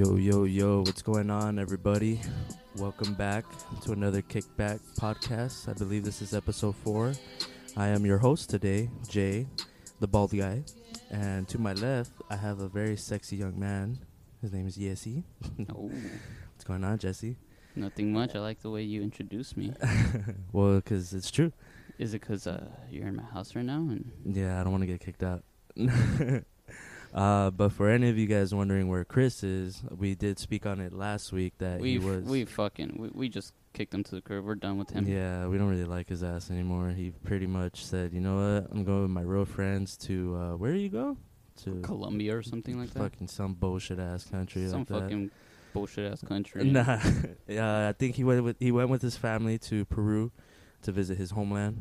yo, what's going on, everybody? Welcome back to another Kickback podcast. I believe this is episode four. I am your host today, Jay, the bald guy. And to my left, I have a very sexy young man. His name is Jesse. Oh, What's going on, Jesse? nothing much. I like the way you introduced me. well, because it's true. Is it 'cause uh, you're in my house right now? And Yeah, I don't want to get kicked out. uh, but for any of you guys wondering where Chris is, we did speak on it last week that we he was. we fucking we, we just kicked him to the curb. We're done with him. Yeah, we don't really like his ass anymore. He pretty much said, "You know what? I'm going with my real friends to uh, where do you go? To Colombia or something like that. fucking some bullshit ass country Some like that." fucking bullshit ass country. Nah, yeah, I think he went with he went with his family to Peru to visit his homeland,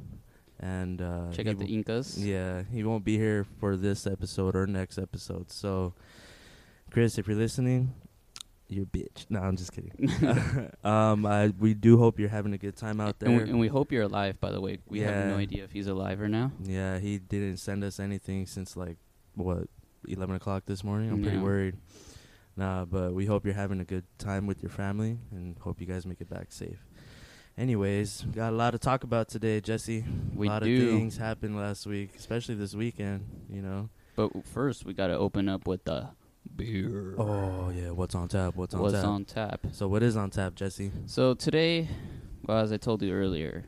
and uh, Check he out the w- Incas. yeah, he won't be here for this episode or next episode. So, Chris, if you're listening, you're a bitch. No, I'm just kidding. um, I we do hope you're having a good time out there. And we, and we hope you're alive. By the way, we have no Yeah. idea if he's alive or now. Yeah, he didn't send us anything since like what eleven o'clock this morning. I'm pretty Yeah. worried. Nah, but we hope you're having a good time with your family and hope you guys make it back safe. Anyways, got a lot to talk about today, Jesse. We a lot do. of things happened last week, especially this weekend. You know. But first, we gotta open up with the beer. Oh yeah, what's on tap? What's on What's tap? on tap? so what is on tap, Jesse? So today, well, as I told you earlier,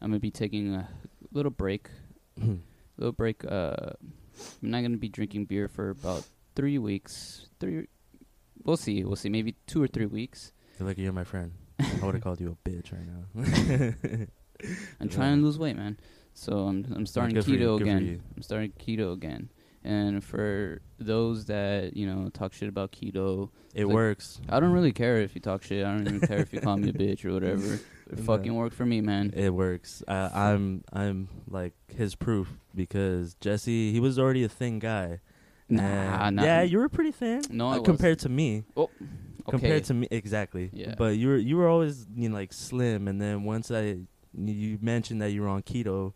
I'm gonna be taking a little break. little break. Uh, I'm not gonna be drinking beer for about three weeks. Three, we'll see. We'll see. Maybe two or three weeks. You're lucky you're my friend. I would have called you a bitch right now. Yeah. I'm trying to lose weight, man. So I'm I'm starting good for you, good keto for again. you. I'm starting keto again. And for those that you know talk shit about keto, it Like- works. I don't really care if you talk shit. I don't even care if you call me a bitch or whatever. It No. fucking worked for me, man. It works. I, I'm I'm like his proof because Jesse he was already a thin guy. Nah, And- nah. yeah, you were pretty thin. No, uh, I wasn't. compared to me, okay. compared to me exactly. Yeah. But you were you were always you know, like slim, and then once I you mentioned that you were on keto,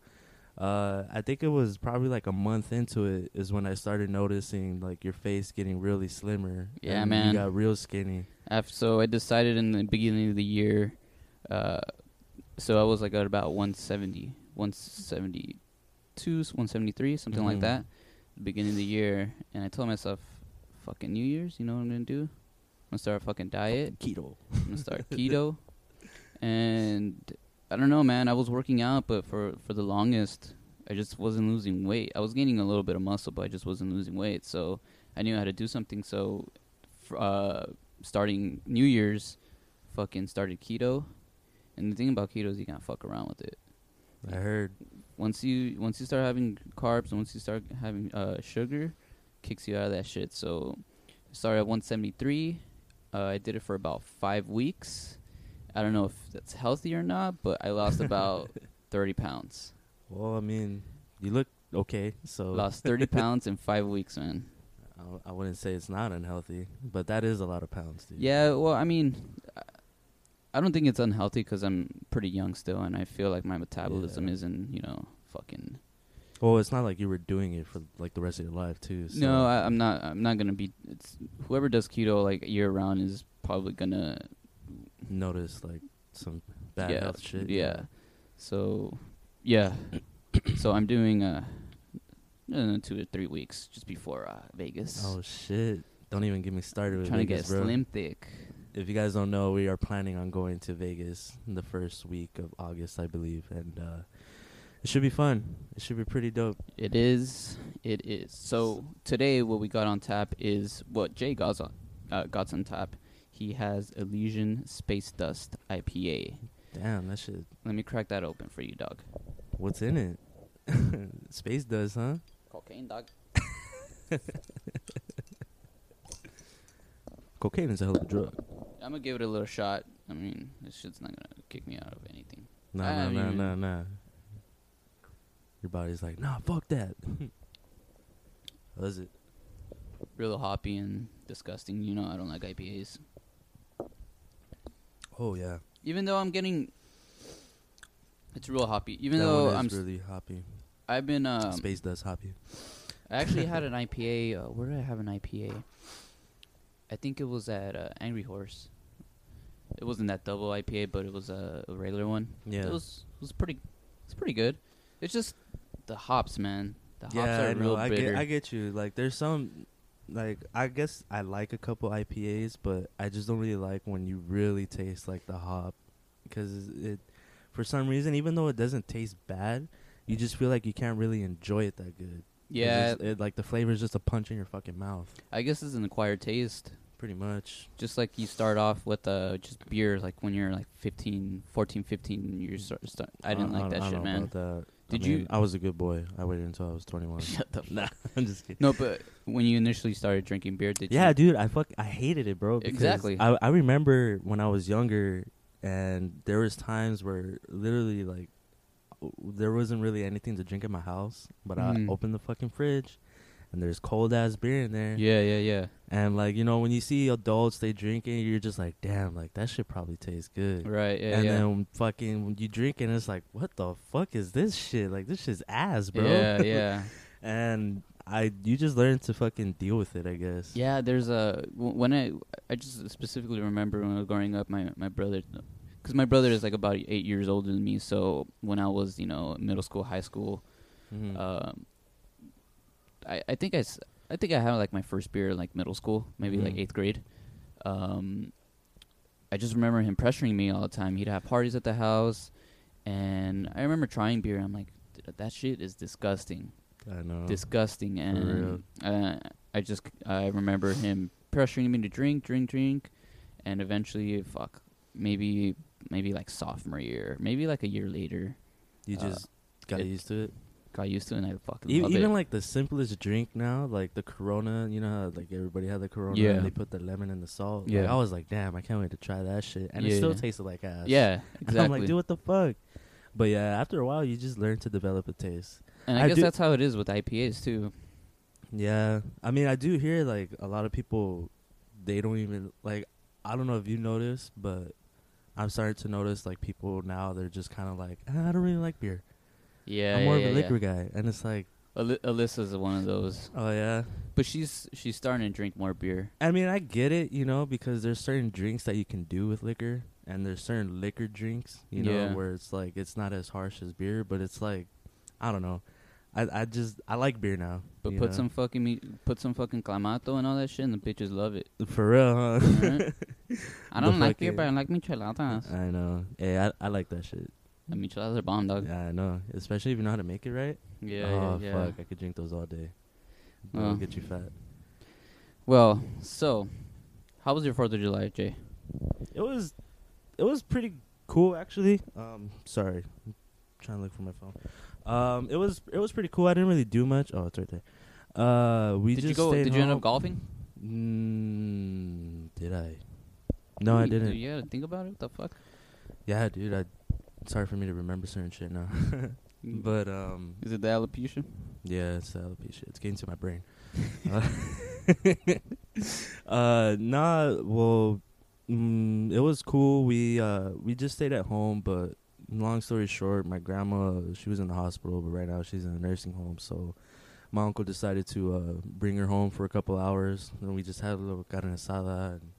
uh, I think it was probably like a month into it is when I started noticing like your face getting really slimmer. Yeah, and man. You got real skinny. Af so I decided in the beginning of the year, uh, so I was like at about 170, 172, 173, something like Mhm. that, beginning of the year. And I told myself, fucking New Year's, you know what I'm going to do? I'm going to start a fucking diet. Keto. I'm going to start keto. And I don't know, man. I was working out, but for, for the longest, I just wasn't losing weight. I was gaining a little bit of muscle, but I just wasn't losing weight. So I knew how to do something. So fr- uh, starting New Year's, fucking started keto. And the thing about keto is you can't fuck around with it. I heard. Once you once you start having carbs and once you start having uh, sugar, kicks you out of that shit. So started at 173. Uh, I did it for about five weeks. I don't know if that's healthy or not, but I lost about 30 pounds. Well, I mean, you look okay. So Lost 30 pounds in five weeks, man. I, I wouldn't say it's not unhealthy, but that is a lot of pounds, dude. Yeah, well, I mean, I- I don't think it's unhealthy because I'm pretty young still, and I feel like my metabolism Yeah. isn't, you know, fucking. Well, it's not like you were doing it for like the rest of your life too. So. No, I, I'm not. I'm not gonna be. It's whoever does keto like year round is probably gonna. notice like some bad yeah, health shit. Yeah. So, yeah. so I'm doing uh, uh, two or three weeks just before uh, Vegas. Oh shit! Don't even get me started with trying to get Vegas, bro. slim thick. If you guys don't know, we are planning on going to Vegas in the first week of August, I believe, and uh, it should be fun. It should be pretty dope. It is. It is. So today, what we got on tap is what Jay got on, uh, got on tap. He has Elysian Space Dust IPA. Damn, that shit. Let me crack that open for you, dog. What's in it? Space does, huh? Cocaine, dog. Cocaine is a hell of a drug. I'm gonna give it a little shot. I mean, this shit's not gonna kick me out of anything. Nah, I nah, mean- nah, nah, nah. Your body's like, nah, fuck that. Was it? Real hoppy and disgusting. You know, I don't like IPAs. Oh yeah. Even though I'm getting, it's real hoppy. Even that though one is I'm, really hoppy. i I've been um, Space does hoppy. I actually had an IPA. Uh, where did I have an IPA? I think it was at uh, Angry Horse. It wasn't that double IPA, but it was uh, a regular one. Yeah. It was it was pretty it's pretty good. It's just the hops, man. The hops yeah, are I know. real I bitter. get, I get you. Like, there's some, like, I guess I like a couple IPAs, but I just don't really like when you really taste like the hop, because it, for some reason, even though it doesn't taste bad, you just feel like you can't really enjoy it that good. 'Cause yeah, it's- it, like the flavor is just a punch in your fucking mouth, I guess it's an acquired taste. pretty much. Just like you start off with uh, just beer, like when you're like 15, 14, 15, you start. start I didn't like don't- that I don't shit, know man. about that. I Did mean, you- I was a good boy. I waited until I was 21. Shut the nah, I'm just kidding. No, but when you initially started drinking beer, did yeah, you? dude, I fuck, I hated it, bro. because Exactly. I I remember when I was younger, and there was times where literally like w- there wasn't really anything to drink at my house, but Mhm. I opened the fucking fridge, and there's cold ass beer in there. Yeah, yeah, yeah. And like you know when you see adults they drinking, you're just like, damn, like that shit probably tastes good. Right. Yeah. and yeah. then fucking when you drink and it's like, what the fuck is this shit? Like this shit's ass, bro. Yeah, yeah, and I you just learn to fucking deal with it, I guess. yeah. There's a w- when I I just specifically remember when I was growing up, my my brother, because my brother is like about eight years older than me. So when I was you know middle school, high school, Mhm. um, I I think I s- I think I had like my first beer in, like middle school, maybe like Mhm. eighth grade. Um, I just remember him pressuring me all the time. He'd have parties at the house, and I remember trying beer. and I'm like, "Th- that shit is disgusting. I know. disgusting Oh. real. and uh, I just I remember him pressuring me to drink, drink, drink, and eventually fuck maybe maybe like sophomore year, maybe like a year later, You Uh, just got it- used to it. got used to it and I fucking E- love even it. like the simplest drink now, like the Corona. You know, how, like everybody had the Corona. Yeah. and They put the lemon and the salt. Like, Yeah. I was like, damn, I can't wait to try that shit. And it still Yeah. tasted like ass. yeah, And exactly. I'm like, dude, what the fuck? But yeah, after a while, you just learn to develop a taste. and I, I guess do- that's how it is with IPAs too. Yeah, I mean, I do hear like a lot of people, they don't even like. I don't know if you notice, but I'm starting to notice like people now they're just kind of like, "Ah, I don't really like beer. Yeah, I'm more yeah, of a yeah, liquor guy, and it's like, yeah. Aly- Alyssa's one of those, oh yeah, but she's she's starting to drink more beer. I mean, I get it, you know, because there's certain drinks that you can do with liquor, and there's certain liquor drinks, you know, Yeah. where it's like it's not as harsh as beer, but it's like, I don't know, I I just I like beer now. But you put know? some fucking meat, put some fucking clamato and all that shit, and the bitches love it. for real, huh? Alright? I The don't like beer, fucking- Uh, but I like micheladas. I know. Hey, I I like that shit. The micheladas are bomb, dog. Yeah, I know, especially if you know how to make it right. Yeah, oh yeah, yeah. fuck, I could drink those all day. Oh. They'll get you fat. Well, so how was your Fourth of July, Jay? It was, it was pretty cool actually. Um, sorry, I'm trying to look for my phone. Um, it was it was pretty cool. I didn't really do much. Oh, it's right there. Uh, we did just you go? stayed Did you end up home. golfing? Mm, did I? No, I Dude, didn't. You gotta think about it. What the fuck? Yeah, dude. I. Sorry for me to remember certain shit now. but um, is it the alopecia? Yeah, it's uh, alopecia. It's getting to my brain. uh, uh, nah. Well, mm, it was cool. We uh, we just stayed at home, but long story short, my grandma she was in the hospital, but right now she's in a nursing home. So my uncle decided to uh, bring her home for a couple hours, and we just had a little carne asada, and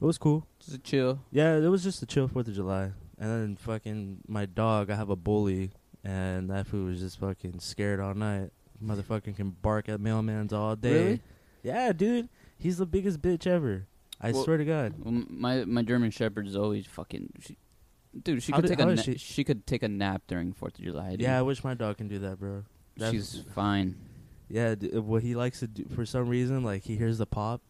it was cool. Just a chill. Yeah, it was just a chill Fourth of July, and then fucking my dog. I have a bully, and that fool was just fucking scared all night. Motherfucking can bark at mailmans all day. Really? Yeah, dude, he's the biggest bitch ever. I Well, swear to God. Well, m- My my German Shepherd is always fucking. She, dude, she How could did- take how a is na- she- she? could take a nap during Fourth of July. Dude. Yeah, I wish my dog can do that, bro. that's- she's fine. Yeah, d- uh, what he likes to do for some reason, like he hears the pop,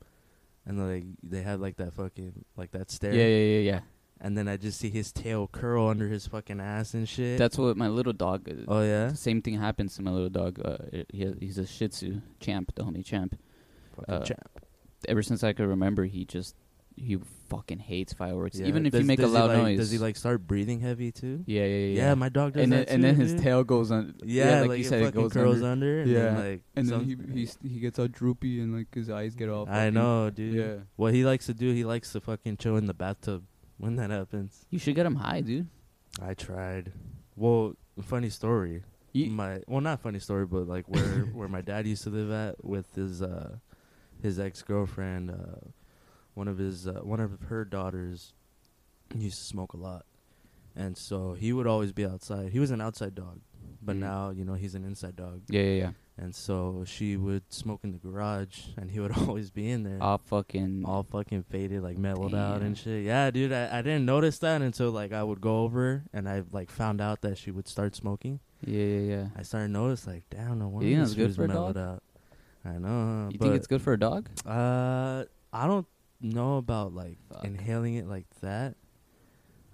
and like they have like that fucking like that stare. Yeah, yeah, yeah, yeah. And then I just see his tail curl under his fucking ass and shit. That's what my little dog. Is. oh yeah. The same thing happens to my little dog. Uh, he, he's a Shih Tzu champ, the homie champ. Fucking uh, champ. ever since I could remember, he just he fucking hates fireworks. Yeah, Even if does- you make a does he, loud like- noise, Does he like start breathing heavy too? Yeah, yeah, yeah. Yeah, my dog does and then that and too, then his dude. tail goes on. Yeah, like, like you it said, it fucking goes curls under. under, and Yeah. then like And then some- he he s- he gets all droopy and like his eyes get all. I fucking- know, dude. Yeah. What he likes to do, he likes to fucking chill in the bathtub when that happens. You should get him high, dude. I tried. Well, funny story. You, my well, not funny story, but like where where my dad used to live at with his uh his ex girlfriend. Uh, one of his uh, one of her daughters used to smoke a lot, and so he would always be outside. He was an outside dog, but Mhm. now you know he's an inside dog. Yeah, yeah, yeah. And so she would smoke in the garage, and he would always be in there, All fucking. all fucking faded, like mellowed out Damn. and shit. Yeah, dude, I, I didn't notice that until like I would go over and I like found out that she would start smoking. yeah, yeah, yeah. I started to notice like, damn, no wonder think this that's good dude's for a mellowed out. I know. You but, think it's good for a dog? Uh, I don't know about like Fuck. inhaling it like that,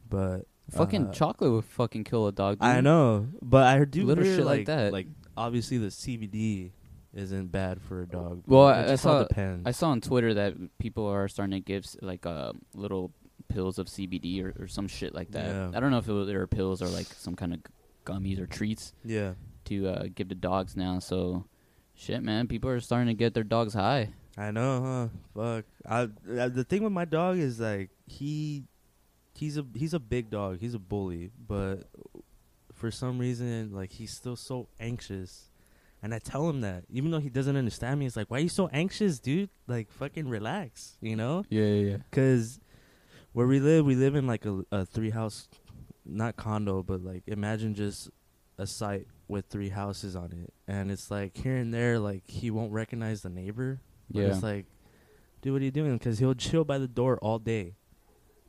but Fucking uh, chocolate would fucking kill a dog. I dude. know, but I do Mm. Little hear, shit like that. Like obviously the CBD isn't bad for a dog. Well, but I- it I just all saw- depends. I saw on Twitter that people are starting to give s- like uh, little pills of CBD or, or some shit like that. Yeah. I don't know if it was, they were pills or like some kind of g- gummies or treats yeah, to uh, give to dogs now. So, shit, man, people are starting to get their dogs high. I know, huh? Fuck. I, I the thing with my dog is like he he's a he's a big dog. He's a bully, but for some reason like he's still so anxious. And I tell him that even though he doesn't understand me, he's like, "Why are you so anxious, dude? Like fucking relax, you know?" Yeah, yeah, yeah. Cause where we live, we live in like a, a three house, not condo, but like imagine just a site with three houses on it, and it's like here and there, like he won't recognize the neighbor. But Yeah. it's like, dude, what are you doing? Cause he'll chill by the door all day.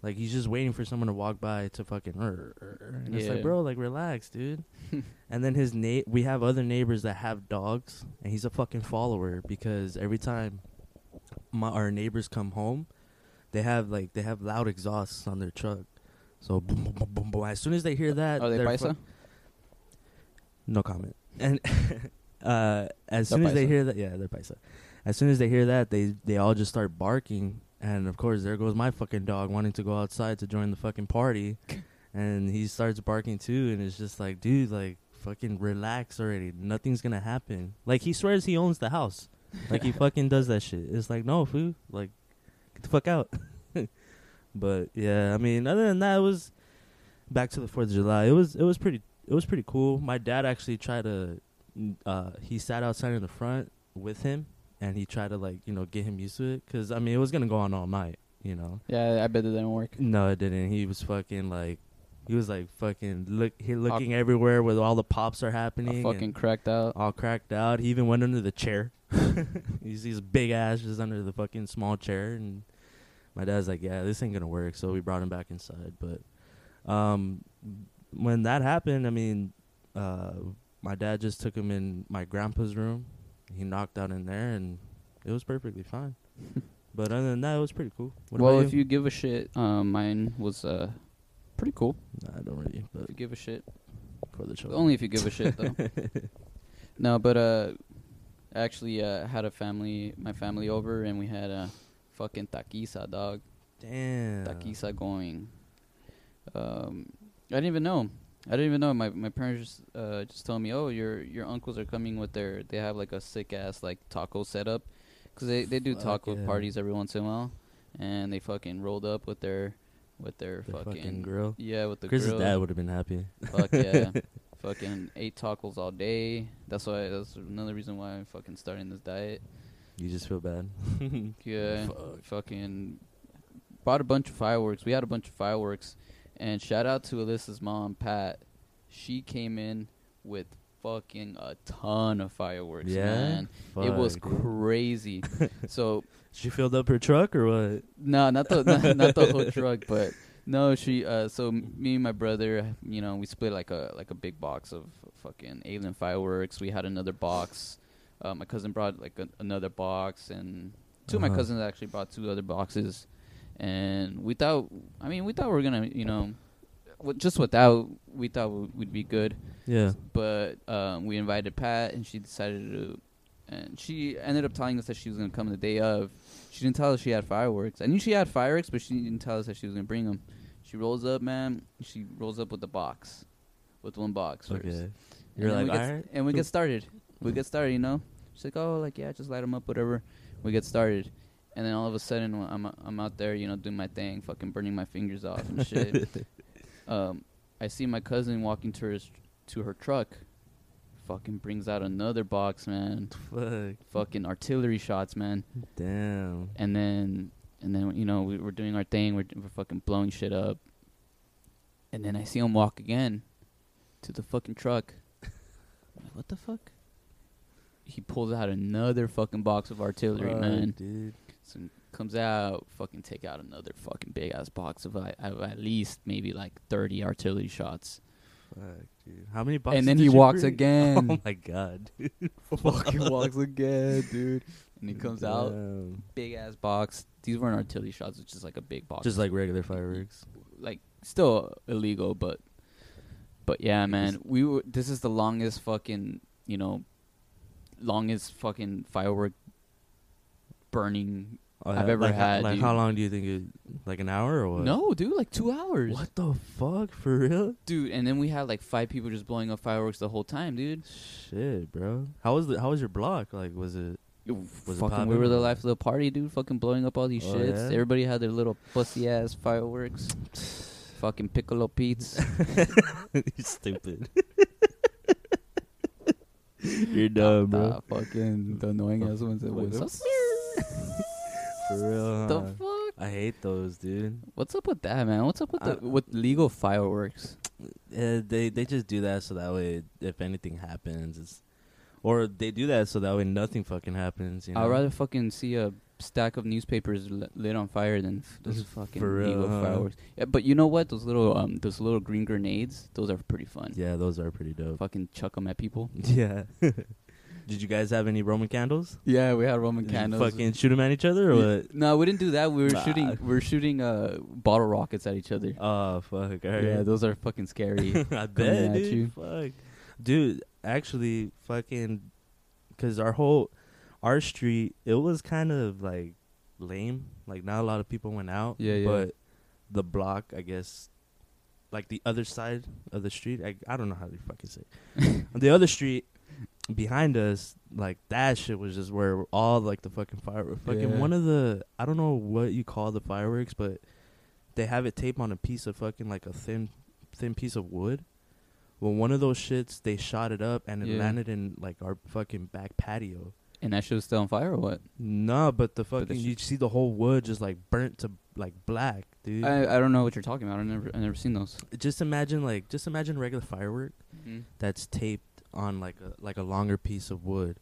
Like he's just waiting for someone to walk by to fucking. "Er, er, er," And it's like, Yeah. bro, like relax, dude. and then his na- we have other neighbors that have dogs, and he's a fucking follower because every time my our neighbors come home, they have like they have loud exhausts on their truck. So boom, boom, boom, boom, boom. As soon as they hear that, Uh, Are oh, they they're paisa? fuck- no comment. And uh, as They're soon as they paisa. hear that, yeah, they're paisa. As soon as they hear that, they they all just start barking, and of course, there goes my fucking dog wanting to go outside to join the fucking party, and he starts barking too, and it's just like, dude, like fucking relax already. Nothing's gonna happen. Like he swears he owns the house. Like he fucking does that shit. It's like no food. Like get the fuck out. but yeah, I mean, other than that, it was back to the Fourth of July. It was it was pretty it was pretty cool. My dad actually tried to uh, he sat outside in the front with him, and he tried to like you know get him used to it. Cause I mean, it was gonna go on all night. You know. Yeah, I bet that didn't work. No, it didn't. He was fucking like. He was like fucking look. He looking everywhere where all the pops are happening. and- fucking cracked out. all cracked out. He even went under the chair. He's his big ass just under the fucking small chair, and my dad's like, "Yeah, this ain't gonna work." So we brought him back inside. But um, when that happened, I mean, uh, my dad just took him in my grandpa's room. He knocked out in there, and it was perfectly fine. but other than that, it was pretty cool. What well, about if you give a shit, uh, mine was uh, pretty cool. Nah, I don't really, but If you give a shit, for the children, Only if you give a shit though. no, but uh actually uh had a family my family over and we had a fucking taquiza dog. damn, Taquiza going. Um I didn't even know. I didn't even know. My my parents just uh just told me, "Oh, your your uncles are coming with their they have like a sick ass like taco setup cuz they they do Fuck taco yeah. parties every once in a while and they fucking rolled up with their with their, the fucking, fucking, grill. yeah, with the Chris's grill. dad would have been happy. Fuck yeah. fucking ate tacos all day. That's why that's another reason why I'm fucking starting this diet. You just feel bad. Yeah. Fuck. Fucking bought a bunch of fireworks. We had a bunch of fireworks and shout out to Alyssa's mom, Pat. She came in with fucking a ton of fireworks, Yeah? man. It was Fuck, dude. crazy. so She filled up her truck or what? No, not the not, not the whole truck, but no, she. Uh, so me and my brother, you know, we split like a like a big box of fucking alien fireworks. We had another box. Uh, my cousin brought like a, another box, and 2 of my Uh-huh. cousins actually brought two other boxes. And we thought, I mean, we thought we were gonna, you know, with- just without, we thought we- we'd be good Yeah. but um, we invited Pat, and she decided to. And she ended up telling us that she was going to come the day of. She didn't tell us she had fireworks. I knew she had fireworks, but she didn't tell us that she was going to bring them. She rolls up, man. She rolls up with the box, with one box. First. Okay. And You're then like, we get, alright. and we get started. We get started, you know. She's like, oh, like yeah, just light them up, whatever. We get started, and then all of a sudden, I'm I'm out there, you know, doing my thing, fucking burning my fingers off and shit um, I see my cousin walking to her s- to her truck. Fucking brings out another box, man. Fuck. Fucking artillery shots, man. Damn. And then and then you know we were doing our thing. We're, we're fucking blowing shit up, and then I see him walk again to the fucking truck. I'm like, what the fuck? He pulls out another fucking box of artillery, Fuck, man. dude. So comes out, fucking take out another fucking big ass box of, uh, of at least maybe like thirty artillery shots, Fuck, dude. How many boxes? and then did he you walks bring? again. Oh my god. dude. fucking walks again, dude. And he comes out, Damn. big ass box. These weren't artillery shots, it's just like a big box. Just like regular fireworks. like still illegal, but but yeah, man, we were. This is the longest fucking you know, longest fucking firework burning. I've yeah, ever like, ho- had, Like, dude. how long do you think? It, like an hour or what? No, dude, like two hours, What the fuck? For real? dude. And then we had like five people just blowing up fireworks the whole time, dude. Shit, bro. How was the? How was your block? Like, was it? Was it fucking, we popping? were the life of the party, dude. Fucking blowing up all these Oh, shits. yeah? Everybody had their little pussy ass fireworks. fucking piccolo peats. You're stupid. You're dumb, bro. fucking the annoying ass ones that Wait, went. oops. For real. The huh? fuck? I hate those, dude. What's up with that, man? What's up with the I- with legal fireworks? Uh, they they just do that so that way, if anything happens, it's or they do that so that way nothing fucking happens. You know? I'd rather fucking see a stack of newspapers li- lit on fire than f- those fucking For real, legal huh? fireworks. Yeah, but you know what? Those little um, those little green grenades, those are pretty fun. Yeah, those are pretty dope. Fucking chuck them at people. Yeah. Did you guys have any Roman candles? Yeah, we had Roman Did you fucking shoot them at each other Yeah, or what? No, we didn't do that. We were Nah. shooting. We were shooting uh, bottle rockets at each other. Oh fuck! All right. Uh, yeah, those are fucking scary. I bet, at dude. you. Fuck, dude. Actually, fucking, because our whole our street, it was kind of like lame. Like not a lot of people went out. Yeah, yeah. But the block, I guess, like the other side of the street. I I don't know how to fucking say. it. the other street behind us, like that shit was just where all like the fucking fireworks. Fucking Yeah. one of the I don't know what you call the fireworks, but they have it taped on a piece of fucking like a thin thin piece of wood. Well, one of those shits they shot it up and it Yeah. landed in like our fucking back patio. and that shit was still on fire or what? No, but the fucking But the you see the whole wood just like burnt to like black, dude. I, I don't know what you're talking about. I never I never seen those. just imagine like just imagine regular firework Mm. that's taped on like a like a longer piece of wood,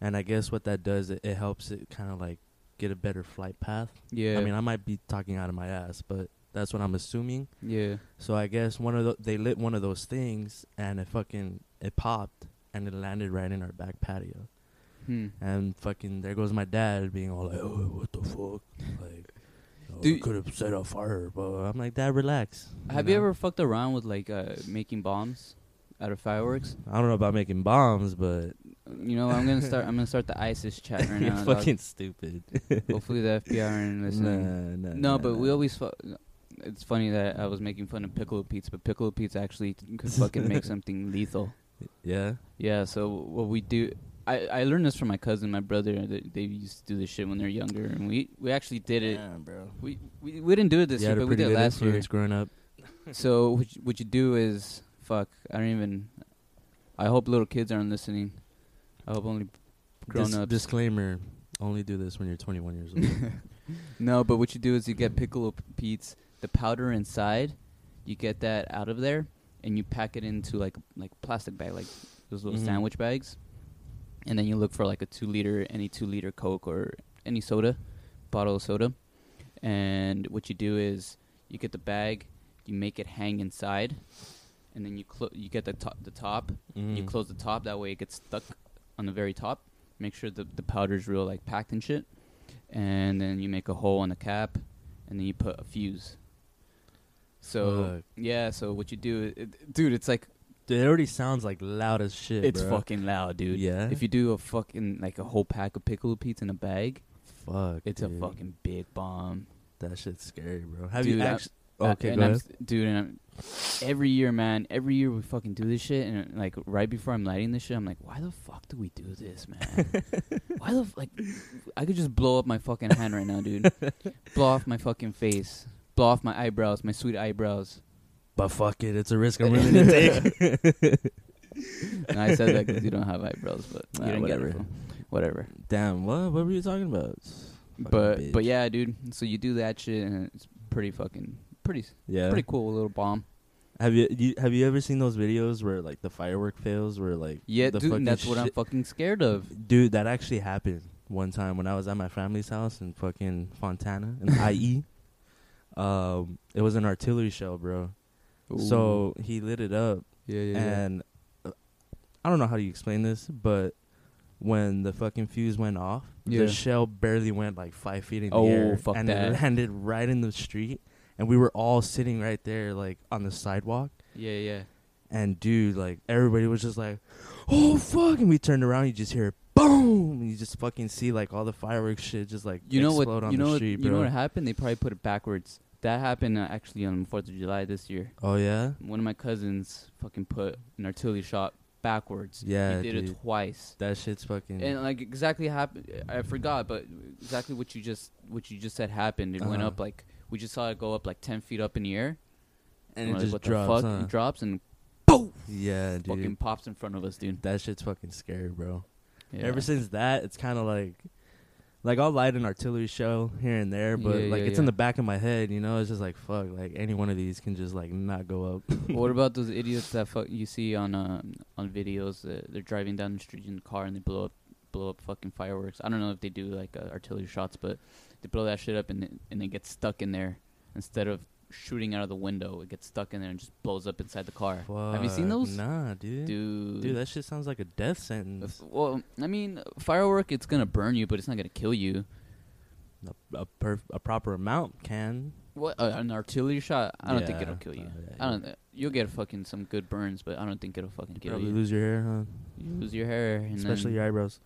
and I guess what that does it, it helps it kind of like get a better flight path. Yeah. I mean, I might be talking out of my ass, but that's what I'm assuming. yeah. So I guess one of the, they lit one of those things and it fucking it popped and it landed right in our back patio. Hmm. And fucking there goes my dad being all like, "Oh, what the fuck?" Like, oh, Dude- could have set a fire, but I'm like, "Dad, relax." Have you know? ever fucked around with like uh, making bombs out of fireworks? I don't know about making bombs, but You know, I'm gonna start. I'm gonna start the ISIS chat right you're now. dog. fucking stupid. Hopefully the FBI aren't listening. nah, no, but we always. Fu- it's funny that I was making fun of Piccolo Pete's, but Piccolo Pete's actually could fucking make something lethal. yeah. Yeah. So what we do, I I learned this from my cousin, my brother. They, they used to do this shit when they're younger, and we we actually did it. bro. We, we we didn't do it this you year, had a but we pretty did it good last year. influence growing up. So what you, what you do is fuck. I don't even. I hope little kids aren't listening. I hope only grown Dis- ups. disclaimer: Only do this when you're 21 years old. no, but what you do is you get piccolo p- peats, the powder inside. You get that out of there, and you pack it into like like a plastic bag, like those little Mhm. sandwich bags. And then you look for like a two liter, any two liter Coke or any soda, bottle of soda. And what you do is you get the bag, you make it hang inside, and then you clo- you get the top the top, you Mm. close the top that way it gets stuck on the very top make sure the, the powder's real like packed and shit and then you make a hole on the cap and then you put a fuse so Fuck. yeah so what you do it, dude it's like Dude, it already sounds like loud as shit. it's bro. fucking loud dude Yeah. if you do a fucking like a whole pack of pickle peats in a bag fuck, it's dude. a fucking big bomb that shit's scary, bro. Have Dude, you I- actually? Uh, okay, and go I'm ahead. s- dude. And I'm, every year, man, every year we fucking do this shit, and like right before I'm lighting this shit, I'm like, why the fuck do we do this, man? why the f- like? I could just blow up my fucking hand right now, dude. blow off my fucking face. Blow off my eyebrows, my sweet eyebrows. But fuck it, it's a risk I'm willing to take. No, I said that because you don't have eyebrows, but Nah, you didn't whatever. get it. Whatever. Damn, what? What were you talking about? Fucking but bitch. but yeah, dude. So you do that shit, and it's pretty fucking pretty s yeah. pretty cool little bomb. Have you, you have you ever seen those videos where like the firework fails where like Yeah, the dude. and that's what I'm shit- fucking scared of. dude that actually happened one time when I was at my family's house in fucking Fontana in IE. Um, it was an artillery shell, bro. So he lit it up, yeah, yeah, and uh, I don't know how you explain this, but when the fucking fuse went off, Yeah. the shell barely went like five feet in Oh, the air, fuck and that. it landed right in the street. And we were all sitting right there, like on the sidewalk. yeah, yeah. And dude, like everybody was just like, "Oh fuck!" And we turned around, you just hear boom, and you just fucking see like all the fireworks shit just like You know explode what? on You know the what? street, bro. You know what happened? They probably put it backwards. That happened uh, actually on Fourth of July this year. oh yeah, One of my cousins fucking put an artillery shot backwards. Yeah, he did dude. it twice. that shit's fucking. And like exactly happened, I forgot, but exactly what you just what you just said happened. It went Uh-huh. up like we just saw it go up like ten feet up in the air, and we're it like, just what drops. The fuck? huh? It drops and yeah, dude. fucking pops in front of us, dude. that shit's fucking scary, bro. Yeah. Ever since that, it's kind of like, like I'll light an artillery shell here and there, but Yeah, like yeah, it's in yeah. the back of my head, you know. It's just like fuck, like any one of these can just like not go up. what about those idiots that fuck you see on uh, on videos? That they're driving down the street in a car and they blow up blow up fucking fireworks. I don't know if they do like uh, artillery shots, but they blow that shit up and it- and they get stuck in there instead of shooting out of the window. It gets stuck in there and just blows up inside the car. Have you seen Fuck, those? Nah, dude. Dude, Dude, that shit sounds like a death sentence. well, I mean, firework it's gonna burn you, but it's not gonna kill you. A, a, perf- a proper amount can. What uh, an artillery shot! I don't think Yeah, it'll kill you. uh, yeah, I don't. You'll get fucking some good burns, but I don't think it'll fucking kill Probably you. lose your hair, huh? You lose your hair, and Especially then, your eyebrows.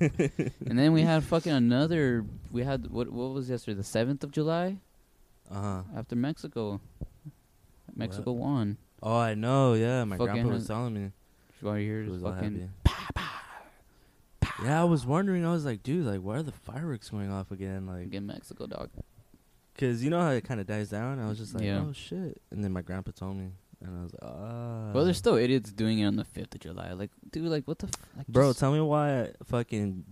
and then we had fucking another. We had what? What was yesterday? The seventh of July Uh huh. after Mexico. Mexico won. Oh, I know. Yeah, my Fucking grandpa was hell. telling me. Why you He hear was all fucking? happy. Yeah, I was wondering. I was like, dude, like, why are the fireworks going off again? Like, Uh. Again, Mexico dog. cause you know how it kind of dies down. I was just like, Yeah. oh shit. And then my grandpa told me, and I was like, ah. well, there's still idiots doing it on the fifth of July. Like, dude, like what the? F- like, Bro, just- tell me why fucking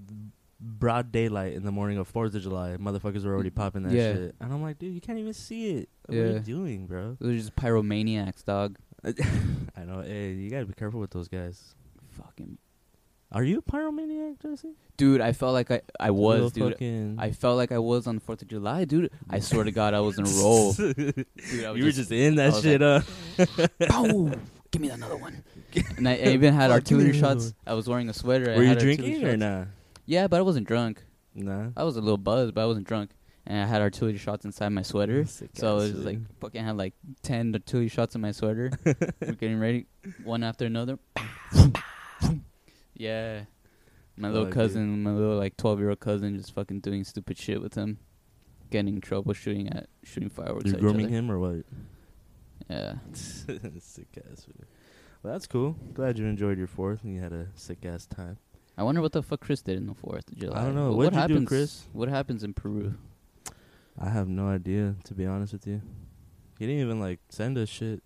broad daylight in the morning of Fourth of July, motherfuckers were already popping that Yeah. shit, and I'm like, dude, you can't even see it. What are Yeah. you doing, bro? they're just pyromaniacs, dog. I know. Hey, you gotta be careful with those guys. Fucking Are you a pyromaniac, Jesse? dude, I felt like I I Little was dude. Fucking I felt like I was on the Fourth of July, dude. I swear to God, I was in a roll. Dude, I was you were just, in I that was shit up. Boom! Give me another one. And I, I even had Fuck, artillery give me another shots. I was wearing a sweater. I were you had artillery drinking or shots. nah? Yeah, but I wasn't drunk. Nah. I was a little buzzed, but I wasn't drunk. And I had artillery shots inside my sweater. Sick So I ass was dude. like, fucking had like 10 artillery shots in my sweater. We're getting ready, one after another. yeah. My little Fuck, dude. cousin, my little like 12 year old cousin, just fucking doing stupid shit with him. Getting in trouble shooting at shooting fireworks you at each other. grooming him or what? Yeah. sick ass. Dude. Well, that's cool. Glad you enjoyed your fourth and you had a sick ass time. I wonder what the fuck Chris did in the 4th of July. I don't know. Wh- What'd what you do, happens, Chris? What happens in Peru? I have no idea, to be honest with you. He didn't even like send us shit.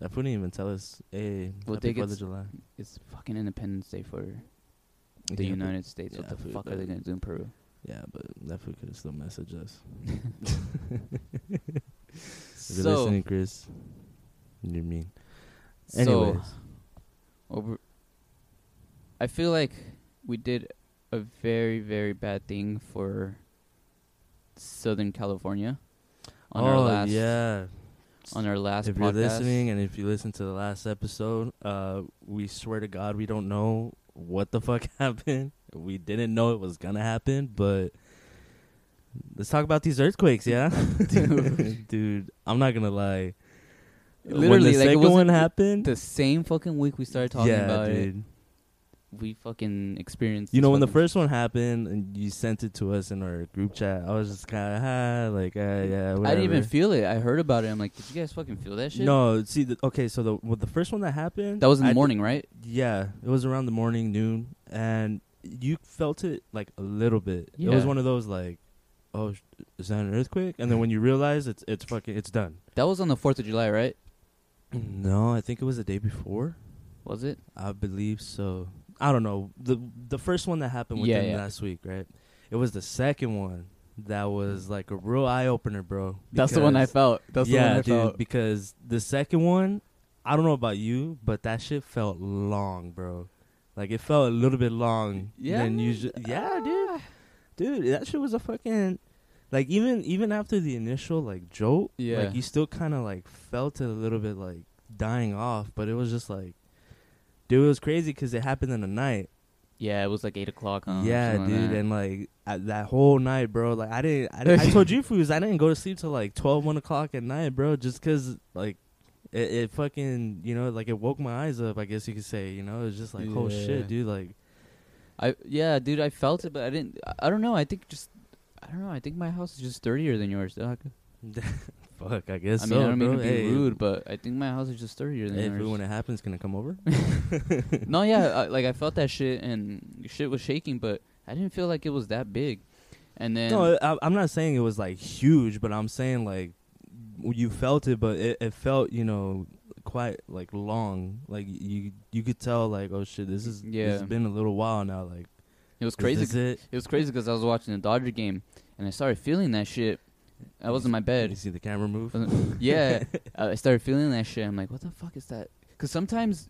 That fool didn't even tell us, hey, Well, happy they get Fourth of s- July. It's fucking Independence Day for the Yeah, but- United States. yeah, what the but- fuck are they going to do in Peru? Yeah, but that fool could still message us. If you're so, listening, Chris, you're mean. so Anyways, over I feel like we did a very very bad thing for Southern California on our oh last yeah. on our last if podcast. you're listening and if you listen to the last episode, uh, we swear to God we don't know what the fuck happened. We didn't know it was gonna happen, but let's talk about these earthquakes, yeah, Dude. Dude, I'm not gonna lie. when the Literally, like, it second wasn't- one happened, the same fucking week we started talking yeah, about it, dude. we fucking experienced You this know, when the fucking- first one happened and you sent it to us in our group chat, I was just kind of ah, like, ah, yeah, whatever. I didn't even feel it. I heard about it. I'm like, did you guys fucking feel that shit? No, see, the, okay, so the well, the first one that happened, That was in I the d- morning, right? yeah, it was around the morning, noon, and you felt it like a little bit. It was Yeah. one of those like, oh, sh- is that an earthquake? And then when you realize it's it's fucking it's done. That was on the 4th of July, right? No, I think it was the day before. Was it? I believe so. I don't know the the first one that happened Yeah, within yeah. last week, right? It was the second one that was like a real eye opener, bro. That's the one I because- felt. That's yeah, the dude. one I felt. Because the second one, I don't know about you, but that shit felt long, bro. Like it felt a little bit long Yeah. than usual. uh, Yeah, dude. Dude, that shit was a fucking like even even after the initial like jolt, Yeah. like you still kind of like felt it a little bit like dying off, but it was just like, dude, it was crazy because it happened in the night. Yeah, it was like eight o'clock. Huh? Yeah, Something dude, like that. and like I, that whole night, bro. Like I didn't, I, didn't- I told you fools, I didn't go to sleep till like 12, 1 o'clock at night, bro. Just cause like it, it fucking, you know, like it woke my eyes up. I guess you could say, you know, it was just like, oh Yeah. shit, dude. Like I yeah, dude, I felt it, but I didn't. I- I don't know. I think just I don't know. I think my house is just dirtier than yours, dog. fuck, I guess. I mean, so, I don't bro. mean to be hey, rude, but I think my house is just dirtier than hey, if yours. we, when it happens, gonna come over. no, yeah, I, like I felt that shit and shit was shaking, but I didn't feel like it was that big. And then no, I, I'm not saying it was like huge, but I'm saying like you felt it, but it, it felt, you know, quite like long. Like you, you could tell, like, oh shit, this is, yeah, Yeah. it's been a little while now. Like it was crazy. crazy. it? It was crazy because I was watching the Dodger game and I started feeling that shit. I was in my You bed. see the camera move? yeah, I started feeling that shit. I'm like, what the fuck is that? Because sometimes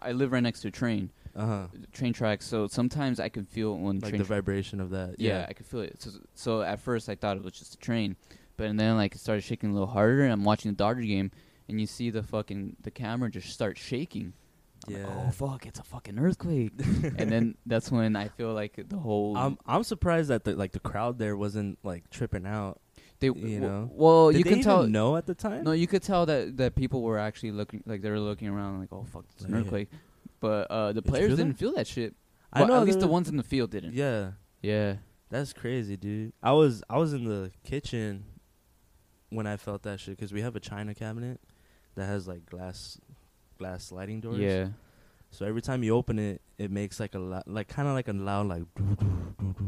I live right next to a train, Uh huh. train tracks, so sometimes I can feel when Like train the vibration of that. yeah, I could feel it. So, so at first I thought it was just a train, but and then like it started shaking a little harder. And I'm watching the Dodger game, and you see the fucking the camera just start shaking. I'm like, Yeah. oh fuck! It's a fucking earthquake. and then that's when I feel like the whole I'm I'm surprised that the like the crowd there wasn't like tripping out. they you w- know. Well, Did you they can even tell. know at the time. No, you could tell that that people were actually looking like they were looking around like, oh fuck, it's an Yeah. earthquake. But uh, the you players feel didn't that? feel that shit. I Well, know at least there- the ones in the field didn't. Yeah, Yeah. that's crazy, dude. I was I was in the kitchen when I felt that shit because we have a china cabinet that has like glass glass sliding doors. Yeah. So every time you open it, it makes like a lo- like kind of like a loud like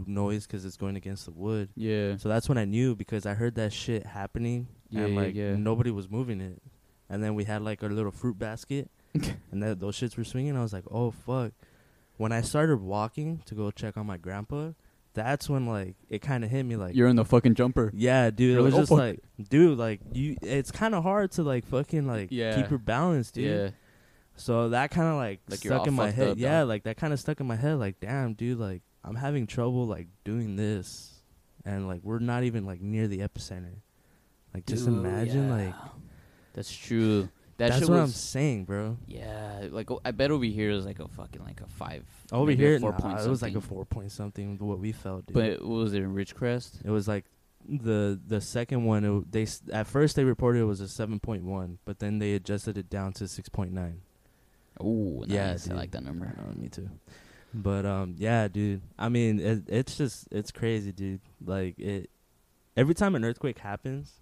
noise because it's going against the wood. Yeah. So that's when I knew because I heard that shit happening Yeah, and yeah, like yeah. nobody was moving it. And then we had like our little fruit basket and that those shits were swinging. I was like, "Oh fuck." When I started walking to go check on my grandpa, that's when like it kind of hit me like You're in the fucking jumper. yeah, dude, You're it was like, "Oh, just fuck." like, dude, like you it's kind of hard to like fucking like Yeah. keep your balance, dude. Yeah. So that kind of like, Like you're stuck all in my fucked head. up, yeah, dog. like that kind of stuck in my head. Like, damn, dude, like I'm having trouble like doing this, and like we're not even like near the epicenter. Like, just Dude, imagine, yeah. like that's true. That that's shit what I'm was, saying, bro. yeah. Like oh, I bet over here is like a fucking like a five. Over maybe a here, four nah, point it was like a something. four point something. What we felt, dude. But what was it in Ridgecrest? it was like the the second one. It, they s- at first they reported it was a seven point one, but then they adjusted it down to six point nine. Oh, Yeah, nice. I dude. like that number. I know, me too. But um, yeah, dude. I mean, it, it's just it's crazy, dude. Like it, every time an earthquake happens,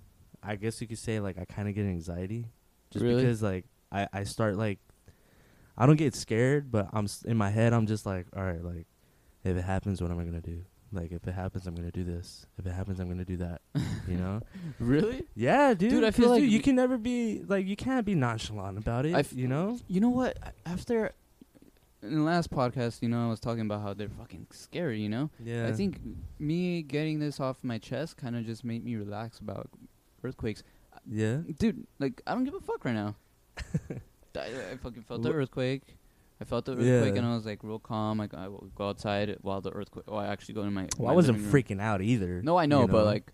I guess you could say like I kind of get anxiety, just Really? because like I I start like I don't get scared, but I'm s- in my head I'm just like, all right, like if it happens, what am I gonna do? Like if it happens, I'm gonna do this. If it happens, I'm gonna do that. You know? Really? yeah, dude. Dude, I 'cause, feel like you we- can never be like you can't be nonchalant about it. I f- you know? You know what? After in the last podcast, you know, I was talking about how they're fucking scary. You know, Yeah. I think me getting this off my chest kind of just made me relax about earthquakes. yeah. Dude, like I don't give a fuck right now. I, I fucking felt the Wha- earthquake. I felt the earthquake, Yeah. and I was like real calm. Like I would go outside while the earthquake. Oh, I actually go in my. Well, my I wasn't living room. freaking out either. No, I know, you but like,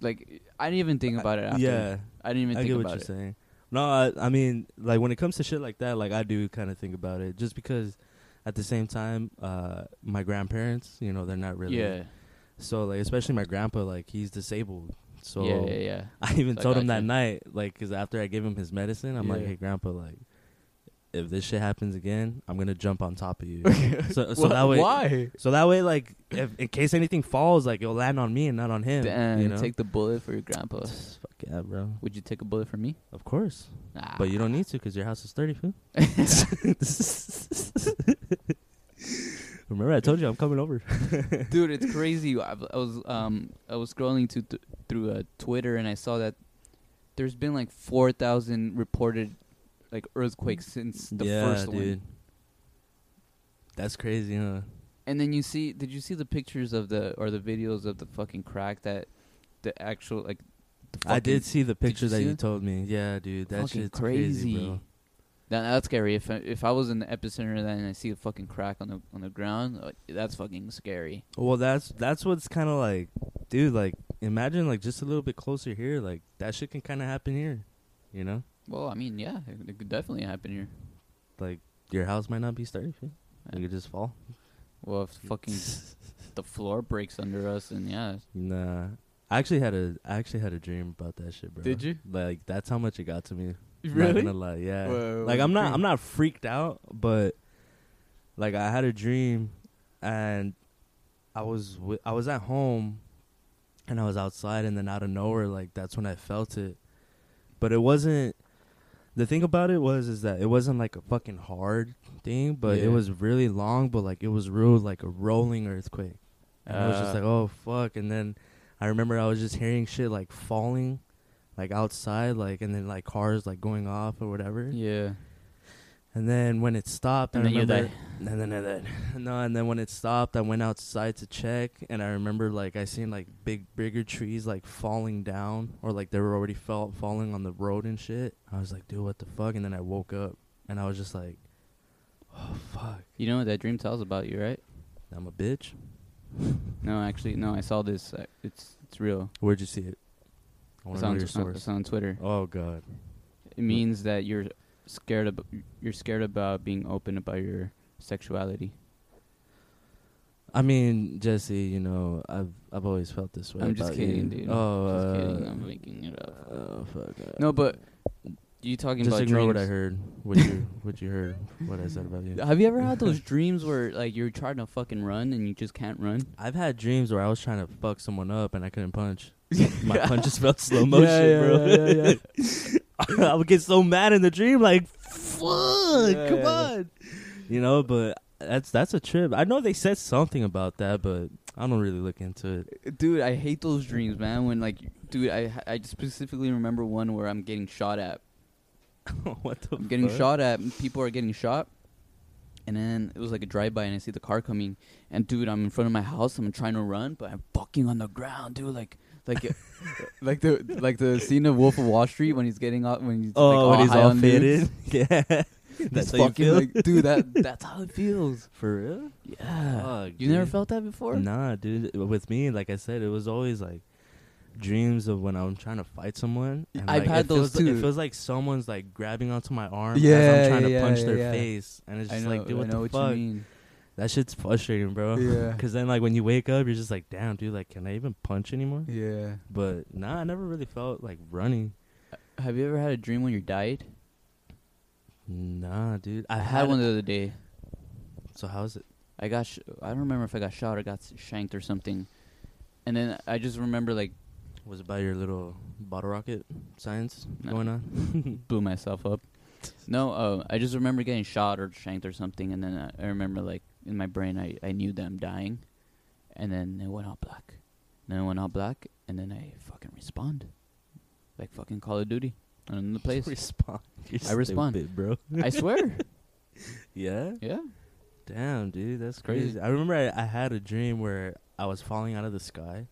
like I didn't even think about it. After. yeah, I didn't even I think get what about you're it. saying. No, I, I mean, like when it comes to shit like that, like I do kind of think about it, just because at the same time, uh, my grandparents, you know, they're not really. Yeah, So like, especially my grandpa, like he's disabled. So yeah, yeah, yeah. I even So I told him got that you. night, like, because after I gave him his medicine, I'm like, Yeah. hey, grandpa, like, if this shit happens again, I'm gonna jump on top of you. so so Wha- that way, why? so that way, like, if in case anything falls, like it'll land on me and not on him. Damn, you know? take the bullet for your grandpa. Fuck yeah, bro. Would you take a bullet for me? Of course. Nah. But you don't need to because your house is 30 foot. Remember, I told you I'm coming over. dude, it's crazy. I, I was um I was scrolling to th- through uh, Twitter and I saw that there's been like four thousand reported like earthquakes since the first one. That's crazy, huh? And then you see, did you see the pictures of the or the videos of the fucking crack that the actual like? The I fucking- did see the picture you that see you it? told me. Yeah, dude, that fucking shit's crazy, bro. Now, that's scary. If I, if I was in the epicenter of that and I see a fucking crack on the on the ground, uh, that's fucking scary. Well, that's that's what's kind of like, dude. Like, imagine like just a little bit closer here. Like that shit can kind of happen here, you know. Well, I mean, yeah, it, it could definitely happen here. Like your house might not be sturdy. You Yeah. could just fall. Well, if fucking the floor breaks under us, and yeah, Nah, I actually had a I actually had a dream about that shit, bro. Did you? Like that's how much it got to me. Not gonna lie, yeah. Whoa, like what I'm a not dream. I'm not freaked out, but like I had a dream and I was wi- I was at home and I was outside and then out of nowhere like that's when I felt it. But it wasn't the thing about it was is that it wasn't like a fucking hard thing, but Yeah. it was really long, but like it was real like a rolling earthquake. And I was just Uh. like, "Oh fuck." And then I remember I was just hearing shit like falling like outside like and then like cars like going off or whatever. Yeah, And then when it stopped, And I then you remember, And then, and then, no, and then when it stopped, I went outside to check, and I remember like I seen like big, bigger trees like falling down, or like they were already fell, falling on the road and shit. I was like, dude, what the fuck? And then I woke up, and I was just like, oh fuck, you know what that dream tells about you, right? I'm a bitch. No, actually, no. I saw this. Uh, it's it's real. Where'd you see it? I want to It's know on, your it's on- source. it's on Twitter. Oh god, It means that you're scared about you're scared about being open about your sexuality. I mean Jesse, you know I've I've always felt this way. I'm just about you. kidding, dude. Oh, just uh, kidding. I'm making it up. oh fuck. uh, No, but you talking Just about ignore what I dreams. heard. What you what you heard. What I said about you. Have you ever had those dreams where like you're trying to fucking run and you just can't run? I've had dreams where I was trying to fuck someone up and I couldn't punch. My punches felt slow motion, yeah, bro. yeah, I would get so mad in the dream, like fuck, Yeah, come yeah. on. You know, but that's that's a trip. I know they said something about that, but I don't really look into it. Dude, I hate those dreams, man. When like, dude, I I specifically remember one where I'm getting shot at. what the? I'm getting fuck? shot at. and People are getting shot. And then it was like a drive by, and I see the car coming. And dude, I'm in front of my house. I'm trying to run, but I'm fucking on the ground, dude. Like, like, uh, like the like the scene of Wolf of Wall Street when he's getting off when he's Oh, like, all when he's high all on nudes. fitted. yeah, that's That's how you fucking feel. like, dude. That that's how it feels. For real? Yeah. Fuck, you never dude. felt that before? Nah, dude. With me, like I said, it was always like dreams of when I'm trying to fight someone. Y- and, I've like, had it feels, those too. It feels like someone's like grabbing onto my arm as Yeah, I'm trying to yeah, punch yeah, their yeah. face, and it's I just know. like, dude, what I know the what fuck? you mean. That shit's frustrating, bro. Yeah. Because then, like, when you wake up, you're just like, damn, dude, like, can I even punch anymore? Yeah. But nah, I never really felt like running. Have you ever had a dream when you died? Nah, dude. I I had, had one the other day. So how's it? I got sh- I don't remember if I got shot or got s- shanked or something. And then I just remember like Was it by your little bottle rocket science No. going on? blew myself up. No, uh, I just remember getting shot or shanked or something, and then I, I remember like in my brain I, I knew that I'm dying, and then it went all black. And then it went all black, and then I fucking respond, like fucking Call of Duty, on the place. respond. You're I respond. stupid, bro. I swear. Yeah. Yeah. Damn, dude, that's Crazy. crazy. I remember I, I had a dream where I was falling out of the sky,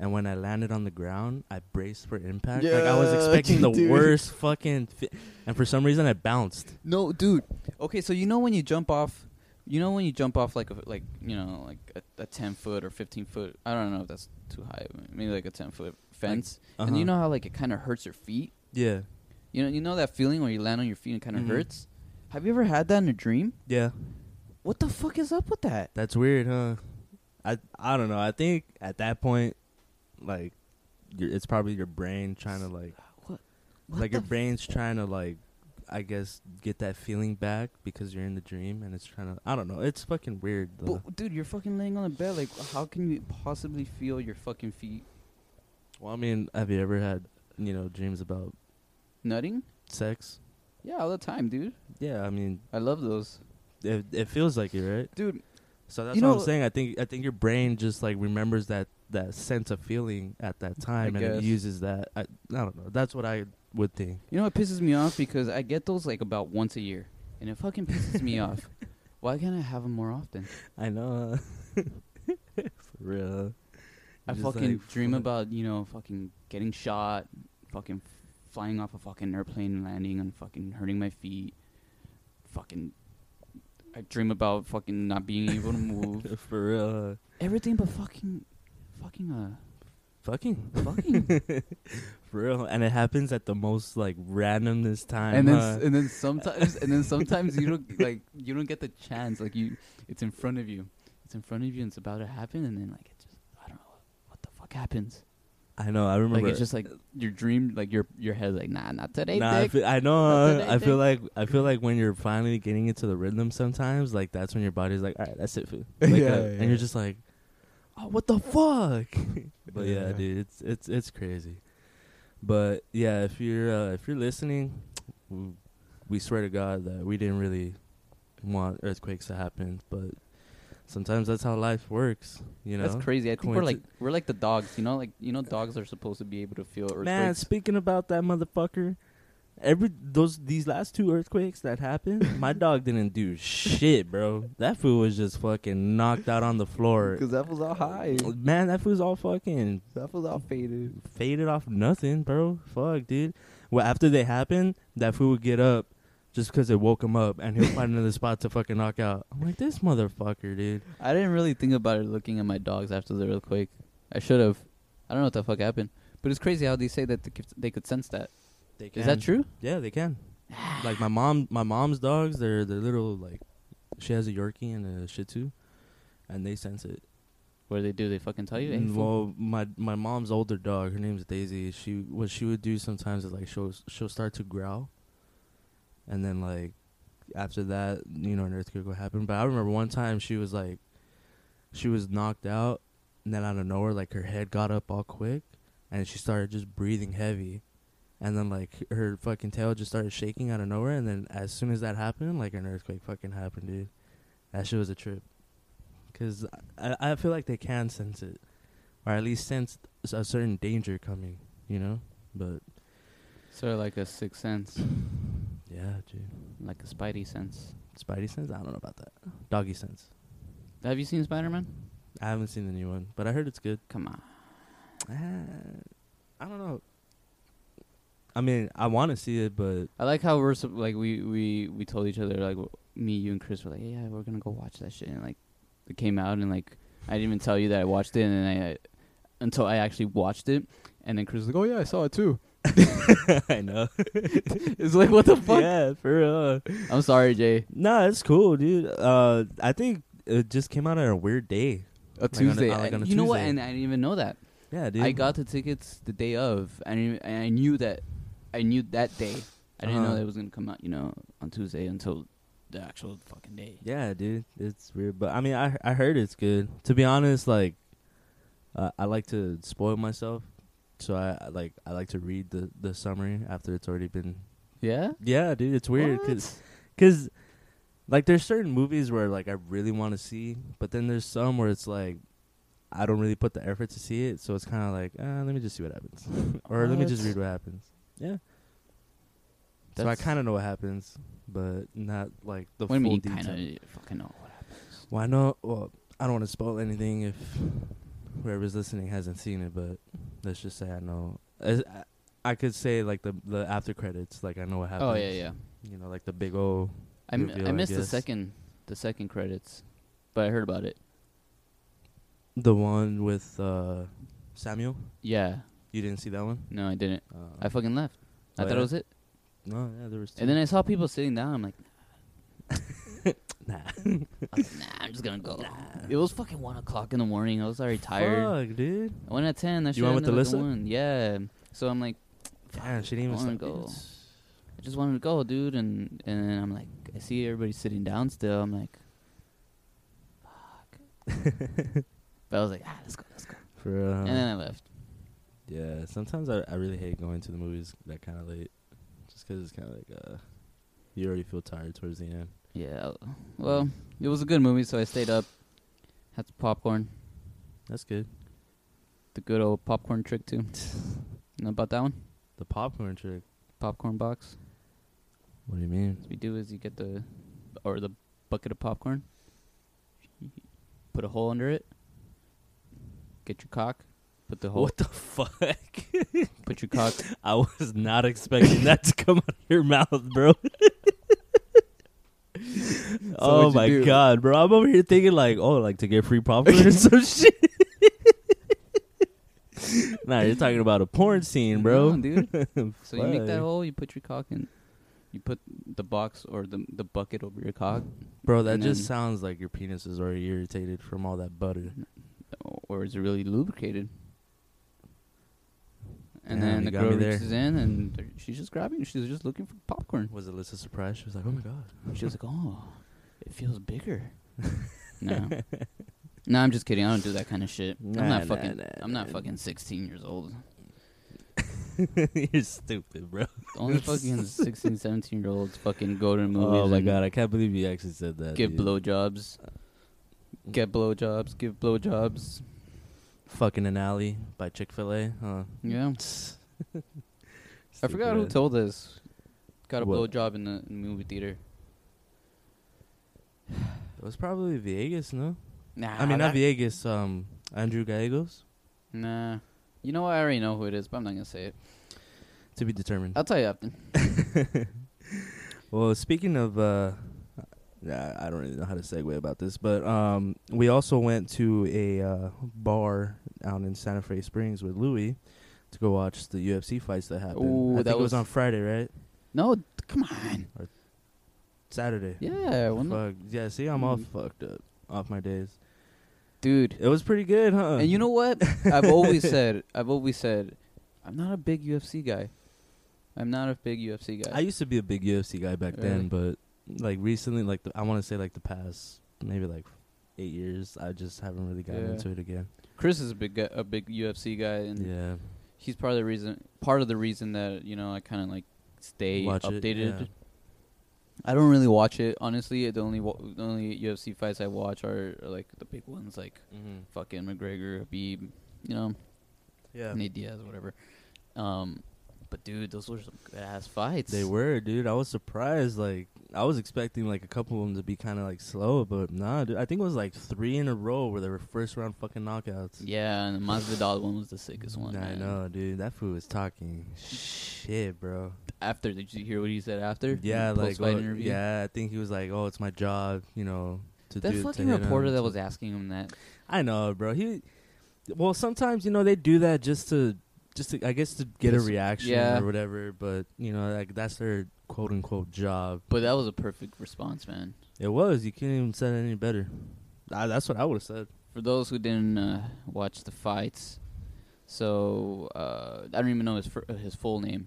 and when I landed on the ground, I braced for impact. like I was Yeah, expecting the dude. worst fucking, fi- and for some reason I bounced. No, dude. Okay, so you know when you jump off, you know when you jump off like a, like you know like a, a ten foot or fifteen foot. I don't know if that's too high. Maybe like a ten foot fence. And uh-huh. you know how like it kind of hurts your feet. Yeah, You know you know that feeling where you land on your feet and kind of Mhm. hurts. Have you ever had that in a dream? yeah, What the fuck is up with that? that's weird, huh? I I don't know. I think at that point, like, your it's probably your brain trying to like, What? what like the your f- brain's trying to like, I guess get that feeling back because you're in the dream and it's trying to. I don't know. It's fucking weird. Though. But, dude, you're fucking laying on the bed. Like, how can you possibly feel your fucking feet Well, I mean, have you ever had, you know, dreams about nutting? sex? Yeah, all the time, dude. Yeah, I mean, I love those, it, it feels like it, right? dude. So that's You what know- I'm saying. I think I think your brain just like remembers that that sense of feeling at that time, and guess. it uses that. I, I don't know. That's what I would think. You know what pisses me off because I get those like about once a year, and it fucking pisses me off. Why can't I have them more often? I know. huh? For real. I Just fucking like, dream fuck. about you know fucking getting shot, fucking f- flying off a fucking airplane and landing and fucking hurting my feet. Fucking, I dream about fucking not being able to move. For real. huh? Everything but fucking, fucking uh, Fucking. fucking. For real. And it happens at the most like randomness time. and then huh? s- and then sometimes and then sometimes you don't like you don't get the chance like you it's in front of you it's in front of you and it's about to happen and then like it just I don't know what the fuck happens I know. I remember. like it's just like your dream like your your head's like nah not today Nah, I, dick. feel, I know. Not huh? today, I feel like I feel like when you're finally getting into the rhythm, sometimes like that's when your body's like, all right, that's it, food. Like, uh, Yeah, and yeah. you're just like, oh, what the fuck? but yeah. Yeah. dude, it's it's it's crazy. But yeah, if you're uh, if you're listening, w- we swear to God that we didn't really want earthquakes to happen, but sometimes that's how life works. You know, That's crazy. I think we're coinci- like we're like the dogs, you know, like you know, dogs are supposed to be able to feel earthquakes. Man, speaking about that motherfucker, every those these last two earthquakes that happened, my dog didn't do shit, bro. That fool was just fucking knocked out on the floor. Because that was all high. Man, that fool's all fucking That was all faded. faded off nothing, bro. Fuck, dude. Well, after they happened, that fool would get up just because it woke him up, and he'll find another spot to fucking knock out. I'm like, this motherfucker, dude. I didn't really think about it looking at my dogs after the earthquake. I should have. I don't know what the fuck happened, but it's crazy how they say that they could, they could sense that. They Is that true? Yeah, they can. like my mom, my mom's dogs, they're they're little like, she has a Yorkie and a Shih Tzu, and they sense it. Where they do, they fucking tell you. "Hey, Mm, fool." well, my my mom's older dog, her name's Daisy. She what she would do sometimes is like she'll she'll start to growl, and then like after that, you know, an earthquake would happen. But I remember one time she was like, she was knocked out, and then out of nowhere, like her head got up all quick, and she started just breathing heavy, and then like her fucking tail just started shaking out of nowhere, and then as soon as that happened, like an earthquake fucking happened, dude. That shit was a trip. Cause I, I feel like they can sense it or at least sense s- a certain danger coming, you know? But sort of like a sixth sense, yeah, dude. like a Spidey sense. Spidey sense? I don't know about that. Doggy sense. Have you seen Spider Man? I haven't seen the new one, but I heard it's good. Come on. Ah, I don't know. I mean, I want to see it, but I like how we're sup- like we we we told each other like w- me, you, and Chris were like, yeah, we're gonna go watch that shit, and like it came out, and like I didn't even tell you that I watched it, and then I until I actually watched it, and then Chris was like, oh yeah, I saw it too. I know. It's like what the fuck? Yeah, for real. "Oh, I'm sorry, Jay. No, it's cool, dude. Uh, I think it just came out on a weird day. Like A on a- Tuesday. uh, like on a you know what? Tuesday. And I didn't even know that. Yeah, dude. I got the tickets the day of, and I, didn't- and I knew that I knew that day. I didn't know Uh-huh. that it was gonna come out, you know, on Tuesday until the actual fucking day. Yeah, dude, it's weird, but I mean, I I heard it's good. To be honest, like, uh, I like to spoil myself, so I, I like I like to read the the summary after it's already been. Yeah. Yeah, dude, it's weird What? because because like there's certain movies where like I really want to see, but then there's some where it's like I don't really put the effort to see it, so it's kind of like uh, let me just see what happens, or let me just What? read what happens. Yeah. so I That's- kind of know what happens, but not like the What do you full mean? detail. Kind of fucking know what happens. Well, I know. Well, I don't want to spoil anything if whoever's listening hasn't seen it, but let's just say I know. As- I, I could say like the the after credits, like I know what happens. Oh yeah, yeah. You know, like the big old. I, m- Reveal, I I missed the guess. second the second credits, but I heard about it. The one with uh, Samuel. Yeah. You didn't see that one. No, I didn't. Uh, I fucking left. I Oh, thought it yeah? was it. no, yeah, there was. Two. And then I saw people sitting down. I'm like, nah, I was like, nah, I'm just gonna go. It was fucking one o'clock in the morning. I was already tired. Fuck, dude. I went at ten. I You should went have with Alyssa? One. Yeah. So I'm like, Damn, she didn't I even wanna stop. go. It's- I just wanted to go, dude. And and I'm like, I see everybody sitting down still. I'm like, fuck. but I was like, ah, let's go, let's go. For uh, and then I left. yeah, sometimes I I really hate going to the movies that kind of late, just 'cause it's kind of like uh, you already feel tired towards the end. Yeah. Well, it was a good movie, so I stayed up. Had some popcorn. That's good. The good old popcorn trick too. know about that one? The popcorn trick. Popcorn box. What do you mean? What we do is you get the or the bucket of popcorn, put a hole under it, get your cock, put the hole, What the fuck? put your cock. I was not expecting that to come out of your mouth, bro. oh what'd you my do? god, bro! I'm over here thinking like, oh, like to get free popcorn or some shit. nah, you're talking about a porn scene, bro. No, dude. so you make that Fuck. hole, you put your cock in, you put the box or the the bucket over your cock, Bro, that And just then- sounds like your penis is already irritated from all that butter. or is it really lubricated? And Damn, then you the got girl me there. reaches in and they're- she's just grabbing. She's just looking for popcorn. Was Alyssa surprised? She was like, oh my god. She was like, "Oh, it feels bigger." no, no, I'm just kidding. I don't do that kind of shit. I'm Nah, nah, not fucking. nah, I'm not nah. fucking 16 years old. You're stupid, bro. Only fucking 16, 17 year olds fucking go to movies. Oh my and god, I can't believe you actually said that. Give dude. blowjobs. Get blowjobs. Give blowjobs. Fucking an alley by Chick Fil A, huh? Yeah. I forgot who Stupid. told us. Got a What? blowjob in the, in the movie theater. It was probably Viegas, no? Nah, I mean, not that- Viegas, um, Andrew Gallegos. Nah. You know what? I already know who it is, but I'm not gonna say it. To be determined. I'll tell you after. well, speaking of, uh, yeah, I don't really know how to segue about this, but um, we also went to a uh, bar down in Santa Fe Springs with Louis to go watch the UFC fights that happened. Ooh, I think that it was was- on Friday, right? No, th- come on. Saturday. Yeah, when the, Fuck. Yeah. See, I'm all Mm. fucked up off my days. dude. It was pretty good, huh? And you know what? I've always said. I've always said. I'm not a big UFC guy. I'm not a big UFC guy. I used to be a big UFC guy back then, Really? but like recently, like the, I want to say like the past maybe like eight years, I just haven't really gotten Yeah. Mm-hmm. into it again. Chris is a big guy, a big UFC guy, and Yeah, he's part of the reason. Part of the reason that you know I kind of like stay Watch it, updated. yeah. I don't really watch it honestly. The only wa- the only UFC fights I watch are, are like the big ones, like mm-hmm. fucking McGregor, Habib, you know, yeah, Nate Diaz, whatever. Um, but dude, those were some good ass fights. they were, dude. I was surprised. Like I was expecting like a couple of them to be kind of like slow, but nah, dude. I think it was like three in a row where they were first round fucking knockouts. Yeah, and the Masvidal one was the sickest one. I man. know, dude. That fool was talking shit, bro. After, did you hear what he said after? Yeah, The like post-fight oh, interview? yeah. I think he was like, "Oh, it's my job," you know. To That do, to fucking hit him, reporter to- that was asking him that. I know, bro. He, well, sometimes you know they do that just to, just to, I guess to get a Just- reaction yeah. or whatever. But you know, like that's their quote unquote job. But that was a perfect response, man. It was. You couldn't even said it any better. I, Ah, that's what I would have said. For those who didn't uh, watch the fights, so uh, I don't even know his fir- uh, his full name.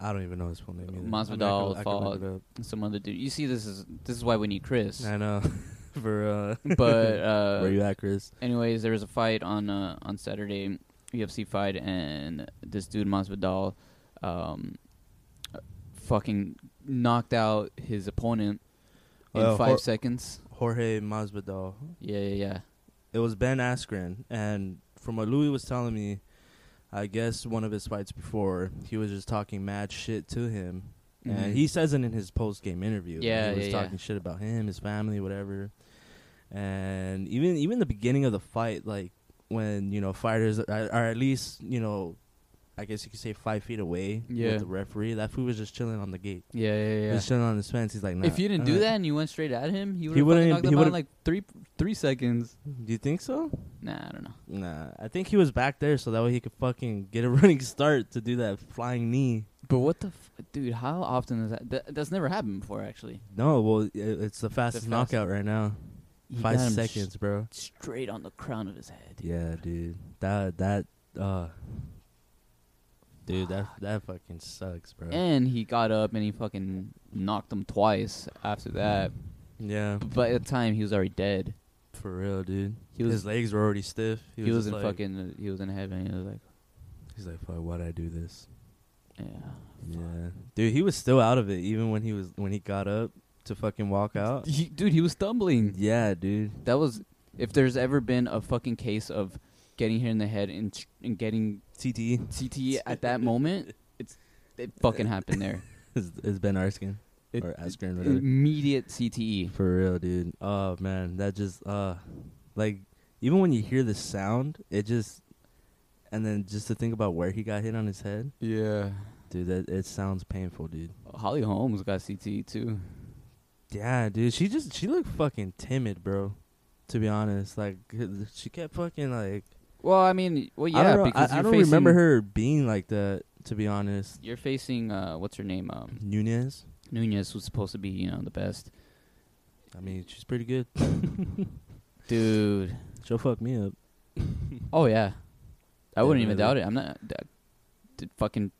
I don't even know his full name. Either. Masvidal I mean, I could- I could look Some other dude. You see, this is this is why we need Chris. it up. I know. For uh, But where uh, you at, Chris? anyways, there was a fight on uh, on Saturday, UFC fight, and this dude Masvidal, um, fucking knocked out his opponent in Uh, five Hor- seconds. Jorge Masvidal. Yeah, yeah, yeah. It was Ben Askren, and from what Louis was telling me, I guess one of his fights before, he was just talking mad shit to him, Mhm. and he says it in his post game interview. that Yeah, he was yeah, yeah. talking shit about him, his family, whatever. And even even the beginning of the fight, like when you know fighters are, are at least you know, I guess you could say five feet away Yeah. with the referee. That fool was just chilling on the gate, Yeah, yeah, He yeah. was chilling on his fence. He's like, nah, If you didn't do alright. that and you went straight at him, he would He have wouldn't- knocked he him out in would've- like three three seconds. do you think so? Nah, I don't know. Nah, I think he was back there so that way he could fucking get a running start to do that flying knee. But what the f- dude? How often is that? Th- that's never happened before, actually. No, well, i- it's the fastest fast- knockout right now. He Five got him seconds, bro. s- straight on the crown of his head. Dude. Yeah, dude. That that uh, dude, that that fucking sucks, bro. And he got up and he fucking knocked him twice Mm. after that. yeah, But by the time he was already dead. for real, dude. He was- His legs were already stiff. He, was was, just in like, fucking. uh, He was in heaven. He was like, He's like, fuck, why'd I do this? yeah. Yeah, dude. He was still out of it even when he was when he got up to fucking walk out. He, dude, he was stumbling. Yeah, dude. That was. If there's ever been a fucking case of getting hit in the head and, ch- and getting E TTE CTE at that moment, it's it fucking happened there. is, is Ben Arskin. It- or Askren, whatever. Immediate E. CTE. For real, dude. Oh man, that just uh like even when you hear the sound, it just and then just to think about where he got hit on his head, Yeah. dude, that it sounds painful, dude. Holly Holmes got E CTE too. Yeah, dude, she just she looked fucking timid, bro. To be honest, like she kept fucking like Well, I mean, well, yeah, I don't, know, because I, I you're don't facing, remember her being like that. To be honest, You're facing uh, what's her name? Um, Nunez. Nunez was supposed to be, you know, the best I mean, she's pretty good. dude. She'll fuck me up. Oh yeah, I Yeah, wouldn't really. even doubt it. I'm not. d- d- fucking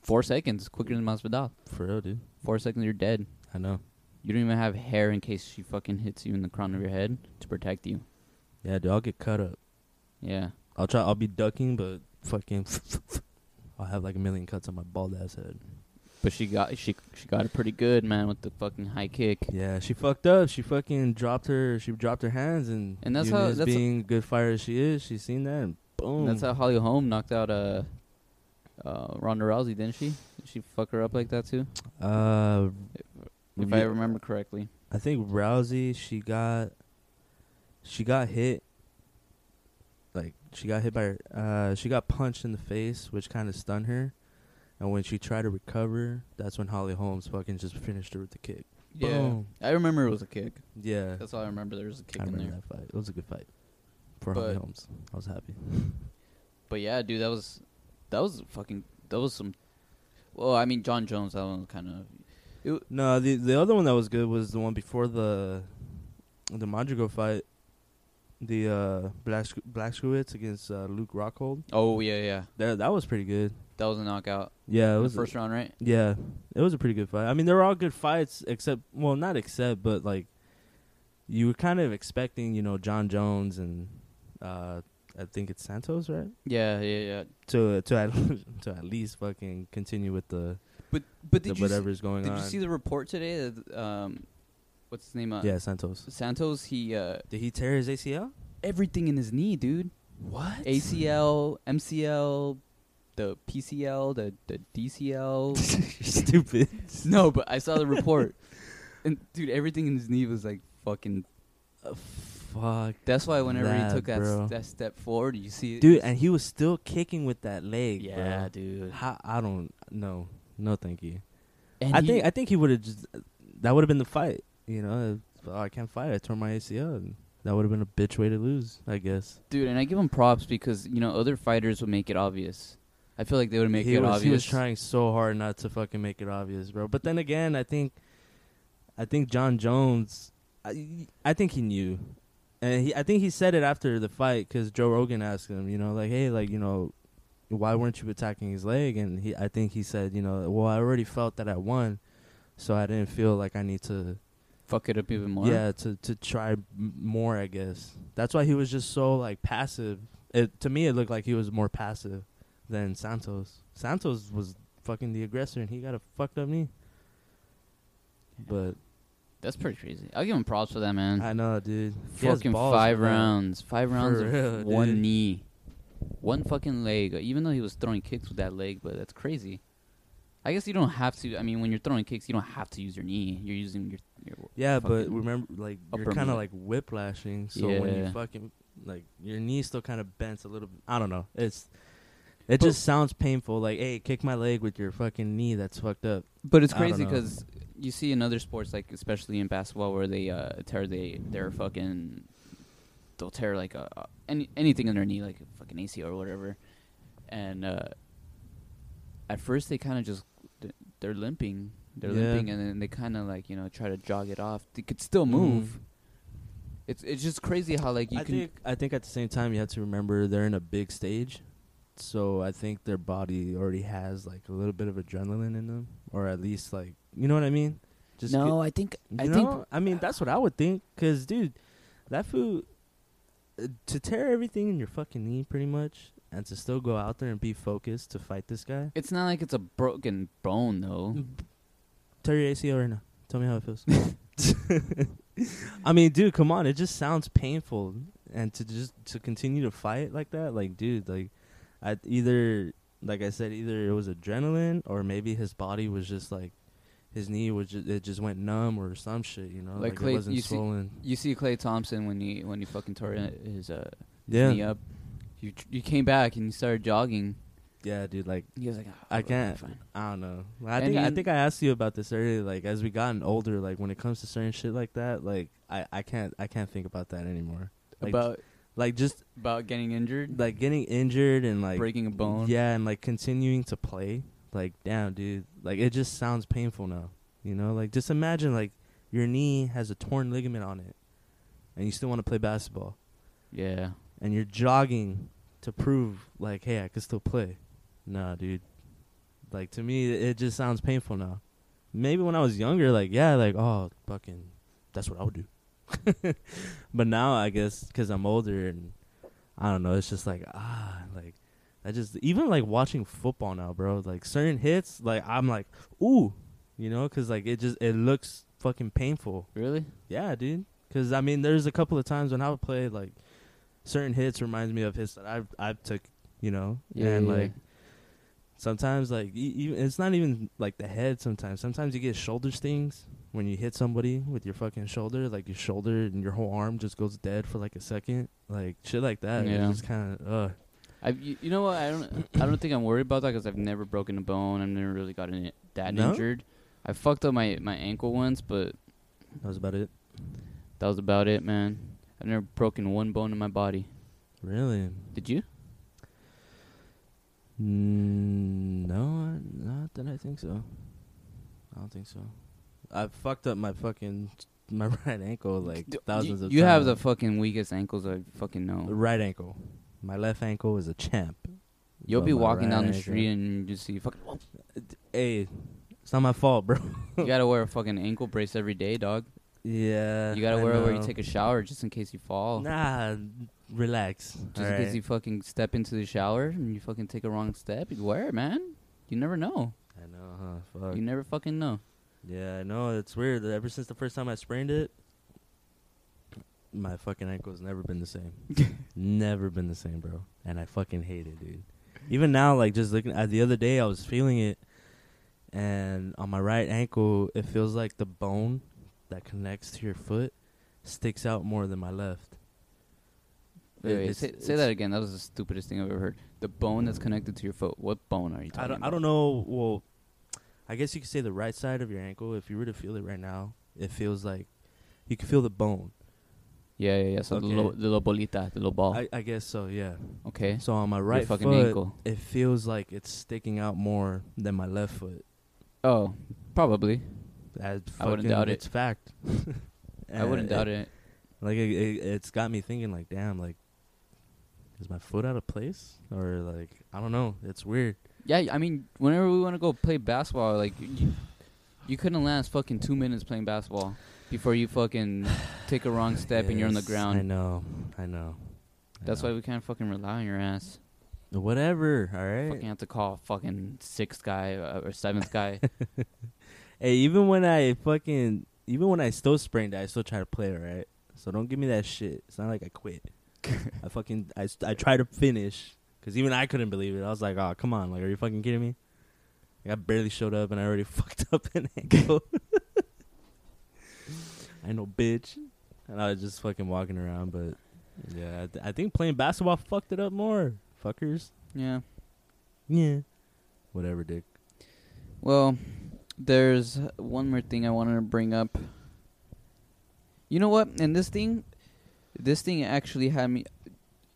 four seconds quicker than Masvidal. For real, dude. Four seconds, you're dead. I know. You don't even have hair in case she fucking hits you in the crown of your head to protect you. Yeah, dude, I'll get cut up. Yeah. I'll try. I'll be ducking, but fucking, I'll have like a million cuts on my bald ass head. But she got she she got it pretty good, man, with the fucking high kick. Yeah, she fucked up. She fucking dropped her. She dropped her hands, and And that's how- Yunus that's- being good fighter as she is, she seen that, and boom. And that's how Holly Holm knocked out uh, uh Ronda Rousey, didn't she? Did she fuck her up like that too? Uh, If yeah, I remember correctly. I think Rousey. She got, she got hit. Like she got hit by, her, uh, she got punched in the face, which kind of stunned her. And when she tried to recover, that's when Holly Holmes fucking just finished her with the kick. Boom. I remember it was a kick. Yeah. That's all I remember. There was a kick I in remember there. that fight. It was a good fight for But- Holly Holmes. I was happy. But yeah, dude, that was that was fucking that was some. Well, I mean, John Jones, that one kind of. No, the the other one that was good was the one before the the Madrigal fight, the uh, Blash Blashkowitz against uh, Luke Rockhold. Oh yeah, yeah, That that was pretty good. that was a knockout. Yeah, it That was was the first round, right? Yeah, it was a pretty good fight. I mean, they were all good fights, except well, not except, but like you were kind of expecting, you know, John Jones and uh, I think it's Santos, right? Yeah, yeah, yeah. To to at, to at least fucking continue with the But but the did you s- whatever's going did on. you see the report today? That, um, what's his name? Uh, yeah, Santos. Santos. He uh, Did he tear his ACL? everything in his knee, dude. What? ACL, MCL, the PCL, the the DCL. Stupid. no, but I saw the report, and dude, everything in his knee was like fucking. uh, fuck. That's why whenever That, he took that bro. s- that step forward, you see it, Dude, and he was still kicking with that leg. Yeah, bro. dude. How, I don't know. No, thank you. And I he- think I think he would have just. That would have been the fight. You know, if, oh, I can't fight. I tore my ACL. And that would have been a bitch way to lose, I guess. dude, and I give him props because you know other fighters would make it obvious. I feel like they would make he it was, obvious. He was trying so hard not to fucking make it obvious, bro. But then again, I think, I think John Jones, I, I think he knew, and he, I think he said it after the fight because Joe Rogan asked him, you know, like, hey, like, you know, why weren't you attacking his leg? And he, I think he said, you know, well, I already felt that I won, so I didn't feel like I need to, Fuck it up even more. yeah, to to try m- more. I guess that's why he was just so like passive. It to me, it looked like he was more passive than Santos. Santos was fucking the aggressor, and he got a fucked up knee. But that's pretty crazy. I'll give him props for that, man. I know, dude. He has Hmm. fucking balls five for that. rounds, five For rounds of real, one dude. knee, one fucking leg. Even though he was throwing kicks with that leg, but that's crazy. I guess you don't have to. I mean, when you're throwing kicks, you don't have to use your knee. You're using your. your Yeah, but fucking- remember, like you're upper kind of mid. like whiplashing. So when you Yeah. fucking like your knee still kind of bends a little. bit. I don't know. It's it But- just sounds painful. Like, hey, kick my leg with your fucking knee. That's fucked up. But it's I don't crazy know. because you see in other sports, like especially in basketball, where they uh, tear they their fucking they'll tear like a, a- any anything in their knee, like a fucking ACL or whatever. And uh, at first, they kind of just they're limping, they're Yeah. limping, and then they kind of like you know try to jog it off. They could still move. Mhm. It's it's just crazy how like you I can. think I think at the same time you have to remember they're in a big stage, so I think their body already has like a little bit of adrenaline in them, or at least like you know what I mean. no, I think get- I you think know? I mean that's what I would think, cause dude, that food uh, to tear everything in your fucking knee pretty much, and to still go out there and be focused to fight this guy. it's not like it's a broken bone though. Mm. Tear your ACL right now. Tell me how it feels. I mean, dude, come on. It just sounds painful, and to just to continue to fight like that, like, dude, like, I either, like I said, either it was adrenaline or maybe his body was just like, his knee was ju- it just went numb or some shit, you know, Like like, Clay- it wasn't you see- swollen. You see Clay Thompson when he when he fucking tore his uh, yeah, knee up. You tr- you came back and you started jogging. yeah, dude. Like He was like, "Ah, I whatever, can't. fine." I don't know. I And think I you- think I asked you about this earlier. Like as we gotten older, like when it comes to certain shit like that, like I I can't I can't think about that anymore. Like, about like just about getting injured, like getting injured and like breaking a bone. Yeah, and like continuing to play. Like, damn, dude. Like, it just sounds painful now. You know, like just imagine like your knee has a torn ligament on it, and you still want to play basketball, yeah. and you're jogging to prove like, hey, I can still play. Nah, dude. Like to me, it, it just sounds painful now. Maybe when I was younger, like yeah, like oh, fucking, that's what I would do. but now I guess because I'm older and I don't know, it's just like ah, like I just even like watching football now, bro. Like certain hits, like I'm like ooh, you know, because like it just it looks fucking painful. Really? Yeah, dude. Because I mean, there's a couple of times when I would play like certain hits reminds me of hits that I I took, you know, and like sometimes like e- even it's not even like the head. Sometimes sometimes you get shoulder stings when you hit somebody with your fucking shoulder, like your shoulder and your whole arm just goes dead for like a second, like shit like that. Yeah, Yeah. it's just kind of uh. I, you, you know what? I don't. I don't think I'm worried about that because I've never broken a bone. I've never really gotten it that No? injured. I fucked up my my ankle once, but That was about it. that was about it, man. I've never broken one bone in my body. Really? Did you? Mm, no, I- not that I think so. I don't think so. I fucked up my fucking my right ankle like D- thousands you, of You have the times. fucking weakest ankles I fucking The know. right ankle. My left ankle is a champ. You'll But be my walking right down the ankle- street and you just see fucking. Hey, it's not my fault, bro. you gotta wear a fucking ankle brace every day, dog. yeah. You gotta I wear it where you know. take a shower just in case you fall. Nah, relax. Just in case Alright. you fucking step into the shower and you fucking take a wrong step, you wear it, man. You never know. I know, huh? Fuck. You never fucking know. Yeah, I know. It's weird. Ever since the first time I sprained it, my fucking ankle's never been the same. never been the same, bro. And I fucking hate it, dude. Even now, like just looking at the other day, I was feeling it, and on my right ankle, it feels like the bone that connects to your foot sticks out more than my left. Wait, It- wait, it's- say, say it's- that again. That was the stupidest thing I've ever heard. The bone that's connected to your foot. What bone are you talking I don't, about? I don't know. Well, I guess you could say the right side of your ankle. If you were to feel it right now, it feels like you can feel the bone. Yeah, yeah, yeah. So the, Okay. little, the little bolita, the little ball. I, I guess so. Yeah. okay. So on my right your fucking foot, ankle. it feels like it's sticking out more than my left foot. Oh, probably. That's I wouldn't fucking- doubt it. It's fact. Uh, I wouldn't doubt it. Like it, it, it's got me thinking. Like, damn, like is my foot out of place or like I don't know. It's weird. Yeah, I mean, whenever we want to go play basketball, like you, you couldn't last fucking two minutes playing basketball before you fucking take a wrong step and you're on the Yes, I ground. know. I know. I That's know. why we can't fucking rely on your ass. Whatever. All right. Fucking have to call fucking sixth guy uh, or seventh guy. Hey, even when I fucking, even when I still sprained, it, I still try to play, right? So don't give me that shit. It's not like I quit. I fucking, I, st- I try to finish because even I couldn't believe it. I was like, oh, come on, like, are you fucking kidding me? Like, I barely showed up and I already fucked up an ankle. I know, bitch. And I was just fucking walking around, but yeah, I, th- I think playing basketball fucked it up more, fuckers. yeah. Yeah, whatever, dick. Well, there's one more thing I wanted to bring up. You know what? And this thing, this thing actually had me.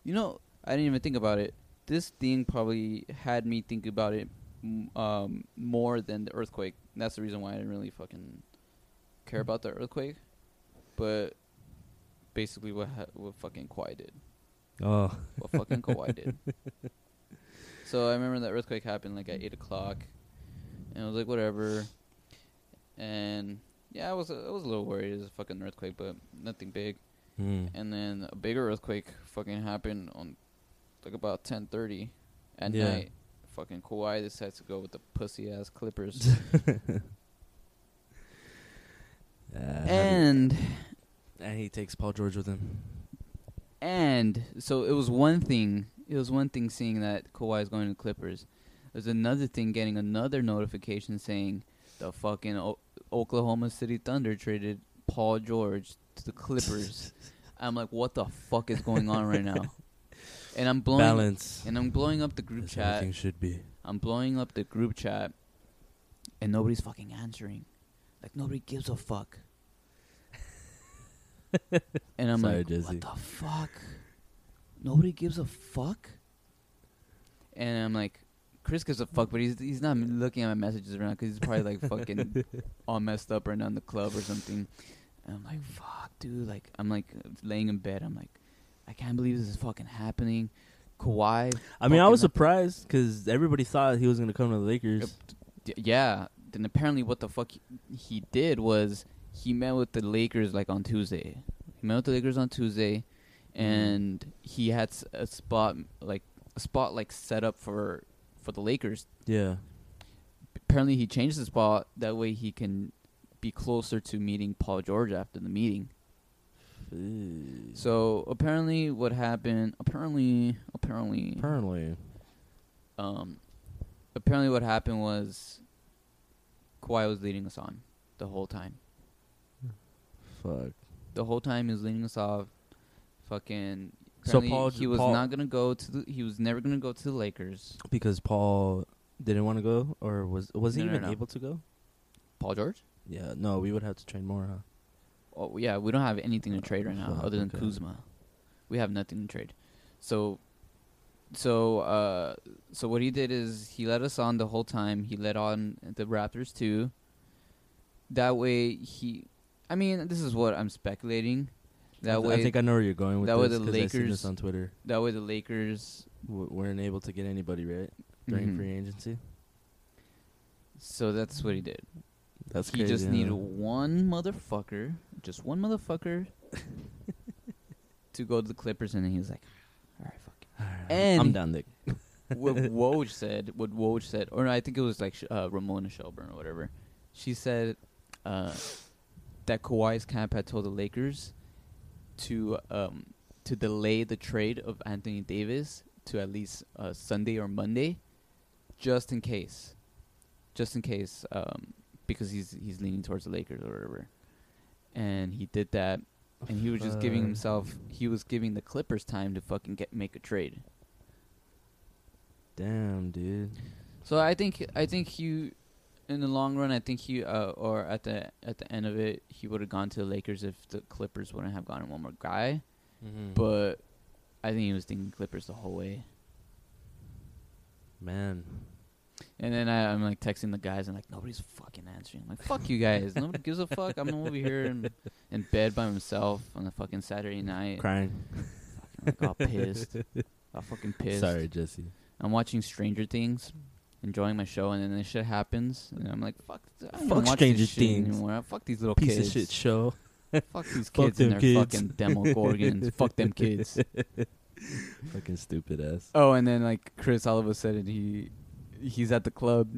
You know, I didn't even think about it. This thing probably had me think about it m- um, more than the earthquake. That's the reason why I didn't really fucking care about the earthquake. But basically, what ha- what fucking Kawhi did, Oh, what fucking Kawhi did. So I remember that earthquake happened like at eight o'clock, and I was like, whatever. And yeah, I was I was a little worried. It was a fucking earthquake, but nothing big. mm. And then a bigger earthquake fucking happened on like about ten thirty at Yeah. night. Fucking Kawhi decides to go with the pussy ass Clippers, Uh, and and he takes Paul George with him. and so it was one thing. It was one thing seeing that Kawhi is going to Clippers. There's another thing getting another notification saying the fucking o- Oklahoma City Thunder traded Paul George to the Clippers. I'm like, what the fuck is going on right now? And I'm blowing Balance. and I'm blowing up the group As chat. everything should be. I'm blowing up the group chat, and nobody's fucking answering. Like nobody gives a fuck. and I'm Sorry, like, Jesse. what the fuck? Nobody gives a fuck. And I'm like, Chris gives a fuck, but he's he's not looking at my messages right now because he's probably like fucking all messed up right now in the club or something. And I'm like, fuck, dude. Like I'm like laying in bed. I'm like, I can't believe this is fucking happening. Kawhi I mean, I fucking was up. surprised because everybody thought he was going to come to the Lakers. D- yeah. Then apparently, what the fuck he, he did was he met with the Lakers like on Tuesday. He met with the Lakers on Tuesday, and he had s- a spot like a spot like set up for for the Lakers. Yeah. Apparently, he changed the spot that way he can be closer to meeting Paul George after the meeting. So apparently, what happened? Apparently, apparently, Apparently. um, apparently what happened was Kawhi was leading us on the whole time. Fuck. The whole time he was leading us off. Fucking. So apparently Paul- he was Paul- not gonna go to the. He was never gonna go to the Lakers. Because Paul didn't want to go, or was was he No, no, even no. able to go? Paul George. Yeah. No, we would have to train more, huh? Oh yeah, we don't have anything to trade right now Fuck, other than okay. Kuzma. We have nothing to trade. So, so uh, so what he did is he led us on the whole time. He led on the Raptors too. That way he, I mean, this is what I'm speculating. I That th- way, I think I know where you're going with that way this the 'cause I seen this Lakers- on Twitter. that way the Lakers. W- weren't able to get anybody right during Mhm. free agency. So that's what he did. That's he just needed one motherfucker, just one motherfucker, to go to the Clippers, and then he was like, "All right, fuck." it." and I'm And- down, Nick. what Woj said, what Woj said, or I think it was like Sh- uh, Ramona Shelburne or whatever. She said uh, that Kawhi's camp had told the Lakers to um, to delay the trade of Anthony Davis to at least uh, Sunday or Monday, just in case, just in case, um, because he's he's leaning towards the Lakers or whatever. And he did that, and he was just giving Fuck. himself. He was giving the Clippers time to fucking get make a trade. Damn, dude. So I think I think he, in the long run, I think he uh, or at the at the end of it, he would have gone to the Lakers if the Clippers wouldn't have gotten one more guy. Mm-hmm. But I think he was thinking Clippers the whole way. man, And then I, I'm like texting the guys and like nobody's fucking answering. I'm like fuck you guys, nobody gives a fuck. I'm over here in, in bed by myself on a fucking Saturday night. crying. I got pissed. I fucking pissed. Sorry, Jesse. I'm watching Stranger Things, enjoying my show, and then this shit happens, and I'm like, "Fuck, th- I don't Fuck wanna watch Stranger this shit Things. anymore. Fuck these little Piece kids. of shit show. Fuck these Fuck kids them and their kids. fucking demogorgons. Fuck them kids." Fucking stupid ass. Oh, and then like Chris, all of a sudden he he's at the club,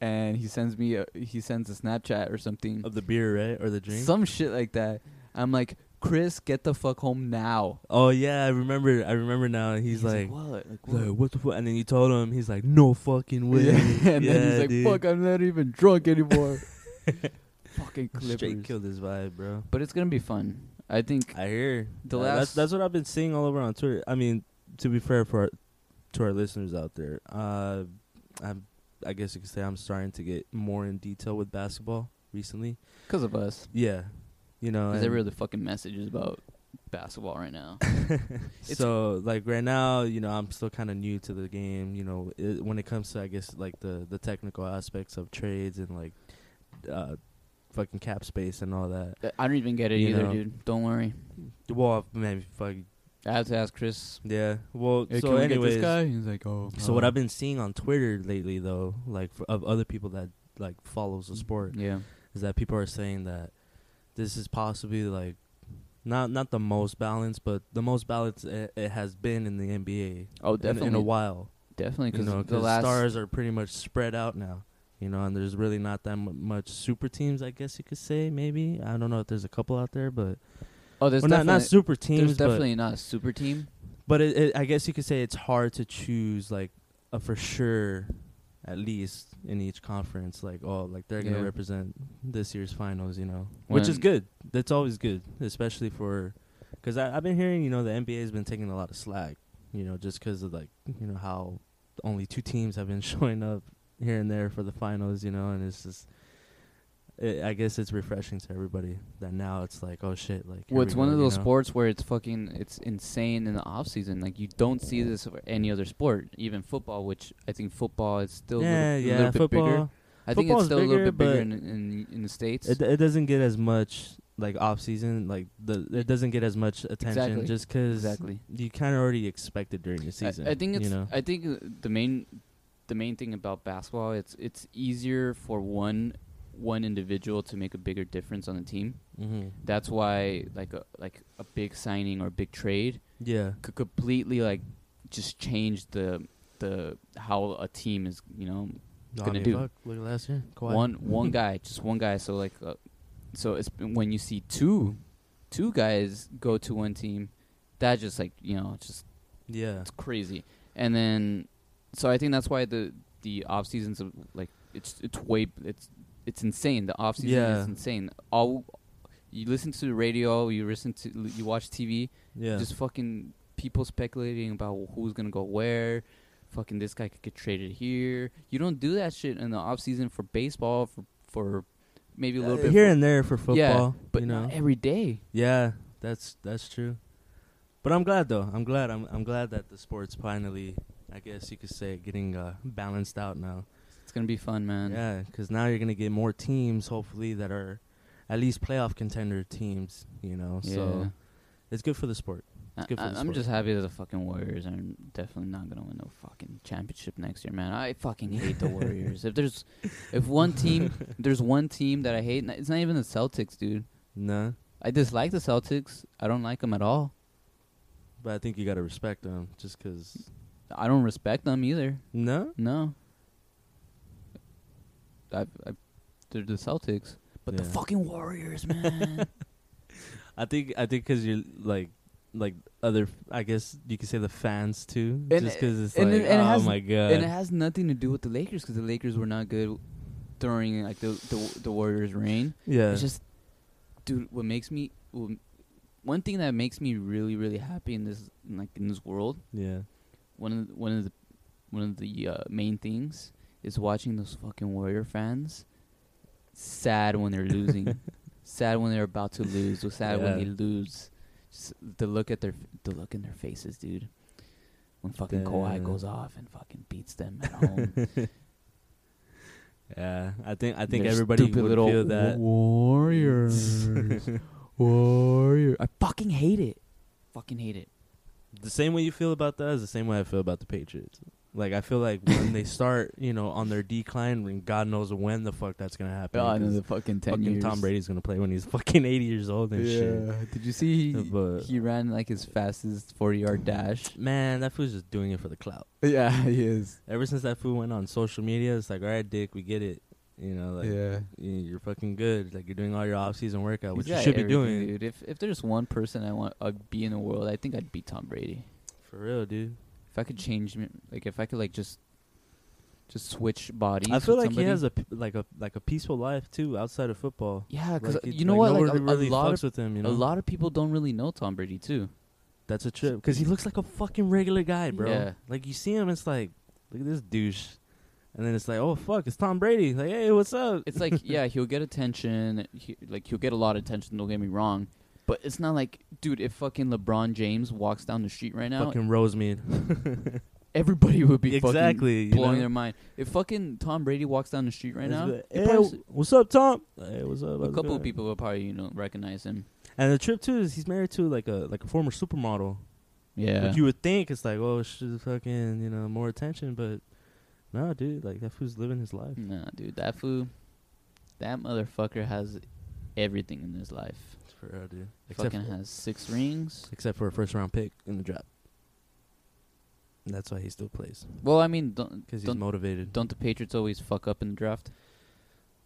and he sends me a, he sends a Snapchat or something, Of the beer, right, or the drink? some shit like that. I'm like, Chris, get the fuck home now. oh yeah, I remember. I remember now. And He's, like, what? Like, he's like, what the fuck? And then you told him. He's like, no fucking way. Yeah, and then Yeah, he's like, dude. "Fuck, I'm not even drunk anymore." Fucking Straight Clippers. killed his vibe, bro. But it's gonna be fun. I think I hear. The Uh, that's last- that's what I've been seeing all over on Twitter. I mean, to be fair for our, to our listeners out there, uh, I'm I guess you could say I'm starting to get more in detail with basketball recently. because of us, Yeah, you know, because and every other fucking message is about basketball right now. so like right now, you know, I'm still kind of new to the game. You know, it, when it comes to I guess like the the technical aspects of trades and like uh, fucking cap space and all that. I don't even get it You either, know. dude. Don't worry. Well, man, fuck I have to ask Chris. yeah. Well, "Hey, so can we get anyways, this guy? He's like, "Oh." So what I've been seeing on Twitter lately, though, like for, of other people that like follows the sport, Yeah. is that people are saying that this is possibly like not not the most balanced, but the most balanced it, it has been in the NBA Oh, in, definitely. in a while. Definitely, You because know, the because last. stars are pretty much spread out now. You know, and there's really not that mu much super teams. I guess you could say maybe. I don't know if there's a couple out there, but oh, there's well, not not definitely- super teams, There's but definitely not a super team. but it, it, I guess you could say it's hard to choose like a for sure at least in each conference. Like, oh, like they're gonna Yeah. represent this year's finals, you know, which Well, is good. That's always good, especially for because I've been hearing, you know, the NBA has been taking a lot of slack, you know, just because of like you know how only two teams have been showing up here and there for the finals, you know, and it's just. It, I guess it's refreshing to everybody that now it's like, oh shit, like. here Well, it's we one go, of you those know? sports where it's fucking it's insane in the off season. Like you don't see this for any other sport, even football, which I think football is still Yeah, a little, yeah, little bit football. bigger. I think it's Football's still a little bigger, bit bigger but in, in in the states. It it doesn't get as much like off season like the it doesn't get as much attention Exactly. just 'cause just because exactly. you kind of already expect it during the season. I, I think it's. you know I think uh, the main, the main thing about basketball, it's it's easier for one, one individual to make a bigger difference on the team. mm-hmm. That's why like a like a big signing or big trade yeah could completely like just change the the how a team is you know Oh, I gonna mean, do. fuck, look at last year Kawhi. one one guy just one guy so like uh, so it's been when you see two two guys go to one team that just like you know just yeah It's crazy. And then, so I think that's why the the off seasons of like it's it's way it's it's insane. The off season Yeah. is insane. All you listen to the radio, you listen to you watch TV, yeah just fucking people speculating about who's gonna go where. Fucking this guy could get traded here. You don't do that shit in the off season for baseball for for maybe a little Uh, bit here for- and there for football. but you know not every day. yeah that's that's true. But I'm glad though. I'm glad. I'm I'm glad that the sports finally, I guess you could say, getting uh, balanced out now. It's gonna be fun, man. Yeah, because now you're gonna get more teams, hopefully, that are at least playoff contender teams. You know, Yeah. so it's good for the sport. I, good for I- the I'm sport. just happy that the fucking Warriors are definitely not gonna win no fucking championship next year, man. I fucking hate the Warriors. If there's, if one team, there's one team that I hate. It's not even the Celtics, dude. No, I dislike the Celtics. I don't like them at all. but I think you gotta respect them, just because. I don't respect them either. No, No. I, I they're the Celtics, but the Yeah. fucking Warriors, man. I think I think because you're like. Like other, I guess you could say the fans too, And just it- because it's and like, it- and it oh has- my god, and it has nothing to do with the Lakers because the Lakers were not good during like the the, the Warriors' reign. yeah, It's just, dude. What makes me wh- one thing that makes me really, really happy in this, in, like in this world. yeah, One of the, one of the one of the uh, main things is watching those fucking Warrior fans sad when they're losing, sad when they're about to lose, or sad when Yeah. they lose. Just the look at their the look in their faces, dude. When fucking Kawhi Damn. goes off and fucking beats them at home, yeah. I think I think Their everybody stupid would little feel that. Warriors, Warrior. I fucking hate it. Fucking hate it. the same way you feel about that is the same way I feel about the Patriots. Like I feel like when they start, you know, on their decline, when God knows when the fuck that's gonna happen. Oh, I know 'cause the fucking ten uh, fucking years. Tom Brady's gonna play when he's fucking eighty years old and shit. Did you see he, But- he ran like his fastest forty yard dash? Man, that fool's just doing it for the clout. Yeah, he is. Ever since that fool went on social media, it's like, all right, Dick, we get it. You know, like yeah, y- you're fucking good. Like you're doing all your off season workout, which you should be doing. dude. If if there's one person I want I'd be in the world, I think I'd be Tom Brady. For real, dude. If I could change, m- like if I could like just just switch bodies. I feel with like somebody. he has a p- like a like a peaceful life too outside of football. yeah, because Like, he- you know like, what? Like nobody a, really a lot fucks of with him. You know, a lot of people don't really know Tom Brady too. That's a trip because he looks like a fucking regular guy, bro. Yeah. Like you see him, it's like, look at this douche, and then it's like, oh fuck, it's Tom Brady. Like, hey, what's up? It's like yeah, he'll get attention. He, like he'll get a lot of attention. Don't get me wrong, but it's not like dude. If fucking LeBron James walks down the street right now, fucking Rosemead. everybody would be exactly exactly. you fucking blowing know? their mind. If fucking Tom Brady walks down the street right It's now, like, you hey, probably s- w- what's up, Tom? Hey, what's up? a How's it couple going? of people will probably you know recognize him. And the trip too is he's married to like a like a former supermodel. Yeah, But you would think it's like, oh, she's fucking you know more attention, but no, dude, like that fool's living his life. nah, dude, that fool, that motherfucker has everything in his life. For real, dude. Except fucking for, has six rings. except for a first round pick in the draft. And that's why he still plays Well, I mean, don't because he's don't, motivated. don't the Patriots always fuck up in the draft?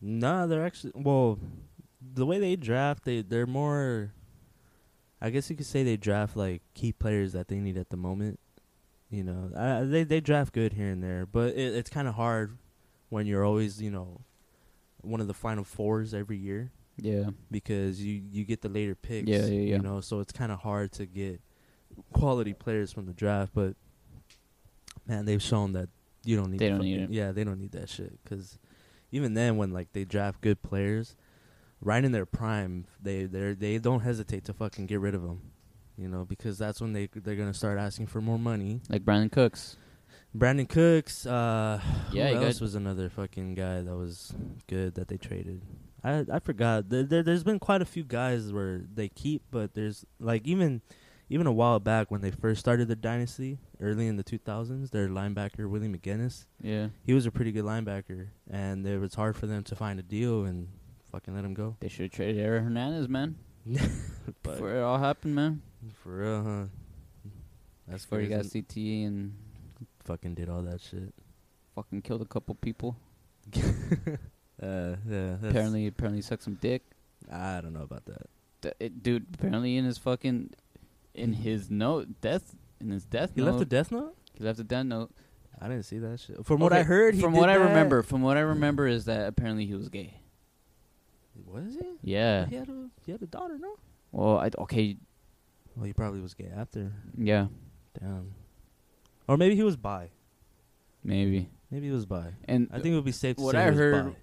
Nah, they're actually well, the way they draft, they they're more. I guess you could say they draft like key players that they need at the moment. You know, uh, they they draft good here and there, but it, it's kind of hard when you're always, you know, one of the final fours every year Yeah. because you you get the later picks. Yeah, yeah, yeah. You know, so it's kind of hard to get quality players from the draft, but man, they've shown that you don't need. They to don't need fucking- it. Yeah, they don't need that shit because even then, when like they draft good players, right in their prime, they they they don't hesitate to fucking get rid of them. You know, because that's when they they're gonna start asking for more money. Like Brandon Cooks. Brandon Cooks, uh, yeah, Yeah, who he else got- was another fucking guy that was good that they traded? I I forgot. There, there, there's been quite a few guys where they keep, but there's like even even a while back when they first started their dynasty, early in the 2000s, their linebacker Willie McGinnis, Yeah. he was a pretty good linebacker, and it was hard for them to find a deal and fucking let him go. They should have traded Aaron Hernandez, man. But Before it all happened, man. for real, huh? That's Before he got crazy. CTE and fucking did all that shit. fucking killed a couple people. Uh, yeah, that's- Apparently, apparently sucked some dick. I don't know about that. D- it- dude, apparently in his fucking, in his note, death, in his death Hmm. He note. left a death note. he left a death note. I didn't see that shit. From what I Okay, heard, he from did what I that- remember, from what I remember is that apparently he was gay. was he? Yeah. He had a he had a daughter, no? Well, I, okay, Well, he probably was gay after. yeah, Damn. Or maybe he was bi. maybe. Maybe he was bi. And I think it would be safe to What say I he was heard- bi.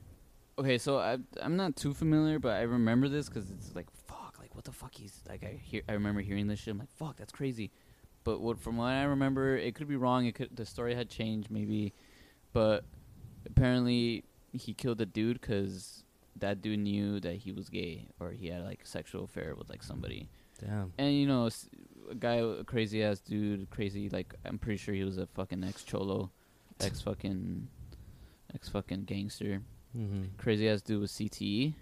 okay, so I I'm not too familiar, but I remember this because it's like fuck, like what the fuck he's like I hear I remember hearing this shit. I'm like fuck, that's crazy. But what from what I remember, it could be wrong. It could the story had changed maybe, but apparently he killed a dude because that dude knew that he was gay or he had like a sexual affair with like somebody. Damn. And you know, s- a guy, a crazy ass dude, crazy. Like I'm pretty sure he was a fucking ex cholo, ex fucking, ex fucking gangster. Mm-hmm. Crazy ass dude with E. CTE.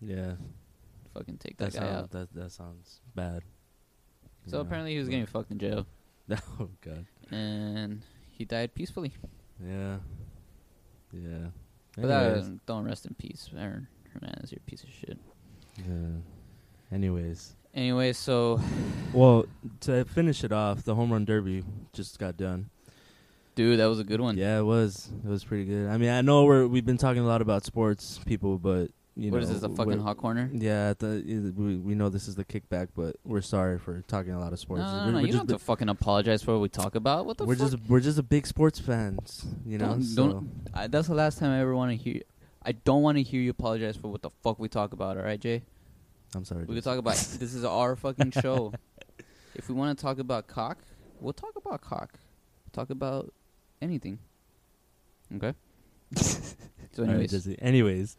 Yeah. Fucking take that That guy out. sounds that that sounds bad. So Yeah. apparently he was But- getting fucked in jail, oh god. and he died peacefully. Yeah. Yeah. But uh, Anyways. don't rest in peace, Aaron Hernandez. You're a piece of shit. yeah. Anyways. Anyway, so Well, to finish it off, the home run derby just got done. dude, that was a good one. Yeah, it was. It was pretty good. I mean, I know we're we've been talking a lot about sports people, but you know, What is this? The fucking we're- hot corner? Yeah, at the, we we know this is the kickback, but we're sorry for talking a lot of No, sports. no, we're, no, we're you don't just have to fucking apologize for what we talk about. What the we're fuck? just we're just a big sports fans, you know. Don't- don't- I, that's the last time I ever want to hear. I don't want to hear you apologize for what the fuck we talk about. All right, Jay. So, I'm sorry. We dude. could talk about this is our fucking show. if we want to talk about cock, we'll talk about cock. Talk about anything. Okay. so, All right, anyways, Jesse. anyways,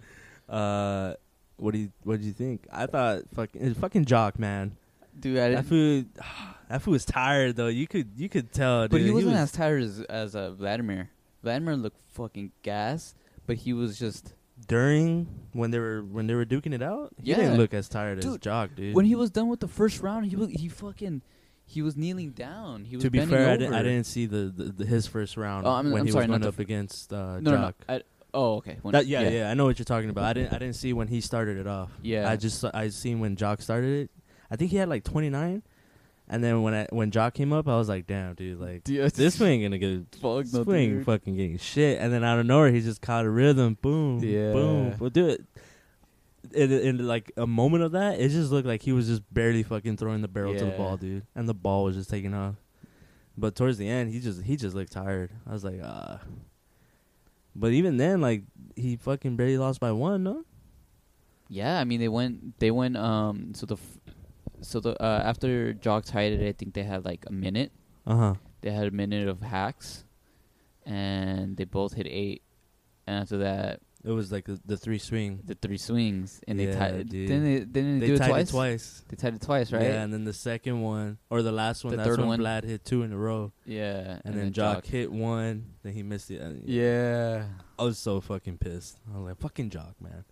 uh, what do you what did you think? I thought fucking fucking jock man. dude, I That didn't, food, that food was tired though. You could you could tell, but dude. he wasn't was- as tired as as uh, Vladimir. Vladimir looked fucking gas, but he was just during when they were when they were duking it out. He Yeah. didn't look as tired as Dude, Jock, dude. when he was done with the first round, he was he fucking he was kneeling down. He was to be bending fair, I, over. did, I didn't see the, the, the his first round Oh, I'm- when I'm he sorry, was not going the up against uh, no, no, no. Jock. I, oh, okay. When- That- yeah, yeah, I know what you're talking about. I didn't I didn't see when he started it off. Yeah. I just saw- I seen when Jock started it. I think he had like 29, and then when I when Jock came up, I was like, damn, dude, like. Dude, This swing ain't gonna get fuck this no, swing dude. fucking getting shit, and then out of nowhere he just caught a rhythm, boom, Yeah. boom. Well, dude, in, in like a moment of that, it just looked like he was just barely fucking throwing the barrel to the Yeah. ball, dude, and the ball was just taking off. But towards the end, he just he just looked tired. I was like, ah. But even then, like he fucking barely lost by one, no? Yeah, I mean they went they went um so the f- so the uh, after Jock tied it, I think they had like a minute. Uh huh. They had a minute of hacks, and they both hit eight. And after that, It was like the, the three swing. the three swings, and Yeah, they tied. dude. Then they didn't they, They do tied it twice. it twice. They tied it twice, right? Yeah, and then the second one or the last one. The that's third when one. Vlad hit two in a row. Yeah, And, then, Jock, hit one, then he missed it. and- Yeah, I was so fucking pissed. I was like, fucking Jock, man.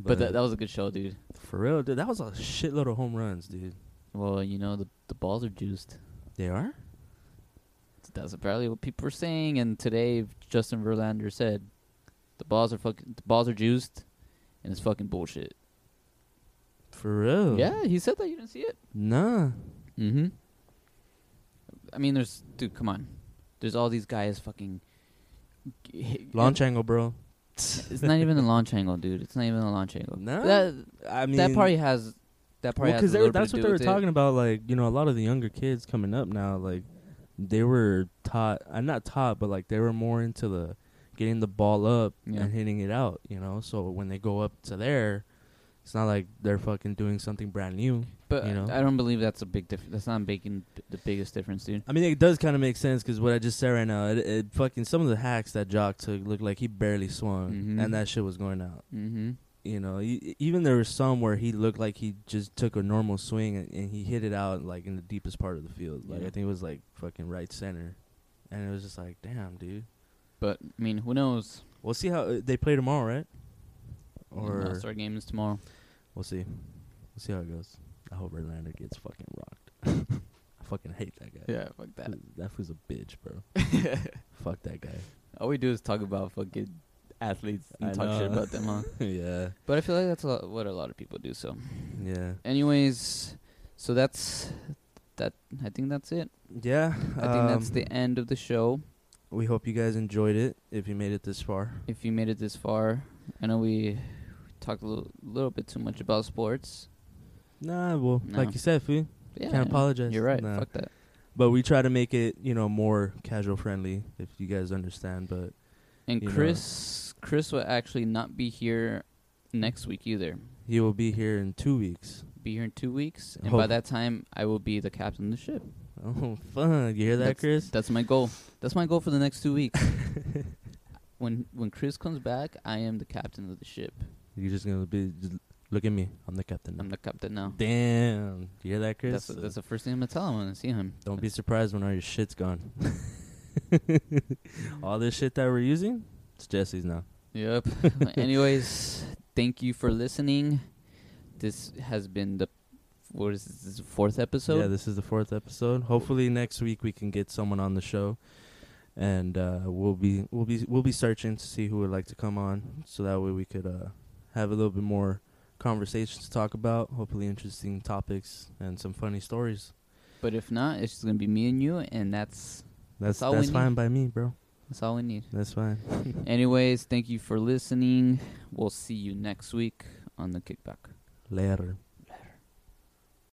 but that, that was a good show, dude. for real, dude. That was a shitload of home runs, dude. Well, you know the the balls are juiced. They are? That's apparently what people were saying. And today, Justin Verlander said, "The balls are fucking, the balls are juiced, and it's fucking bullshit." For real? Yeah, he said that. You didn't see it. Nah. Mm-hmm. I mean, there's dude. Come on, there's all these guys fucking g- Launch angle, bro. It's not even a launch angle, dude. It's not even a launch angle. No, That I mean that probably has that probably Well, has a they little were- that's bit what they to do were with it. talking about. Like you know, a lot of the younger kids coming up now, like they were taught. I'm not taught, but like they were more into the getting the ball up Yeah. and hitting it out. You know, so when they go up to there, it's not like they're fucking doing something brand new. But you know? I don't believe that's a big difference. That's not making b- the biggest difference, dude. I mean, it does kind of make sense because what I just said right now, it, it fucking some of the hacks that Jock took looked like he barely swung, Mhm. and that shit was going out. Mm-hmm. You know, e- even there were some where he looked like he just took a normal swing and, and he hit it out like in the deepest part of the field. Like Yeah. I think it was like fucking right center, and it was just like, damn, dude. But I mean, who knows? We'll see how uh, they play tomorrow, right? Or All Star game is tomorrow. we'll see. We'll see how it goes. I hope Verlander gets fucking rocked. I fucking hate that guy. Yeah, fuck that fool's a bitch, bro. that. Fuck that guy. All we do is talk about fucking athletes and I talk shit know. about them, huh? yeah, But I feel like that's a lot, what a lot of people do. So, yeah, anyways, so that's that. I think that's it. yeah. I think that's Um, the end of the show. We hope you guys enjoyed it. If you made it this far, If you made it this far, I know we talked a little, little bit too much about sports. nah. Well, No. like you said, fool. Yeah, Can't apologize. You're right. Nah. Fuck that. But we try to make it, you know, more casual friendly, if you guys understand. But And You know. Chris, Chris will actually not be here next week either. he will be here in two weeks. Be here in two weeks, and by Hope- that time, I will be the captain of the ship. Oh, fun! You hear that, That's- Chris? That's my goal. That's my goal for the next two weeks. when when Chris comes back, I am the captain of the ship. You're just gonna be just look at me. I'm the captain. now. I'm the captain now. Damn! You hear that, Chris? That's that's the first thing I'm gonna tell him when I see him. Don't be surprised when all your shit's gone. all this shit that we're using, it's Jesse's now. Yep. Anyways, thank you for listening. This has been the what is this, this is the fourth episode? yeah, this is the fourth episode. Hopefully next week we can get someone on the show, and uh, we'll be we'll be we'll be searching to see who would like to come on, so that way we could uh, have a little bit more conversations to talk about. Hopefully interesting topics and some funny stories. but if not, it's just gonna be me and you, and that's That's That's all we that's need. fine by me, bro. that's all we need. That's fine. Anyways, thank you for listening. We'll see you next week on the kickback. Later.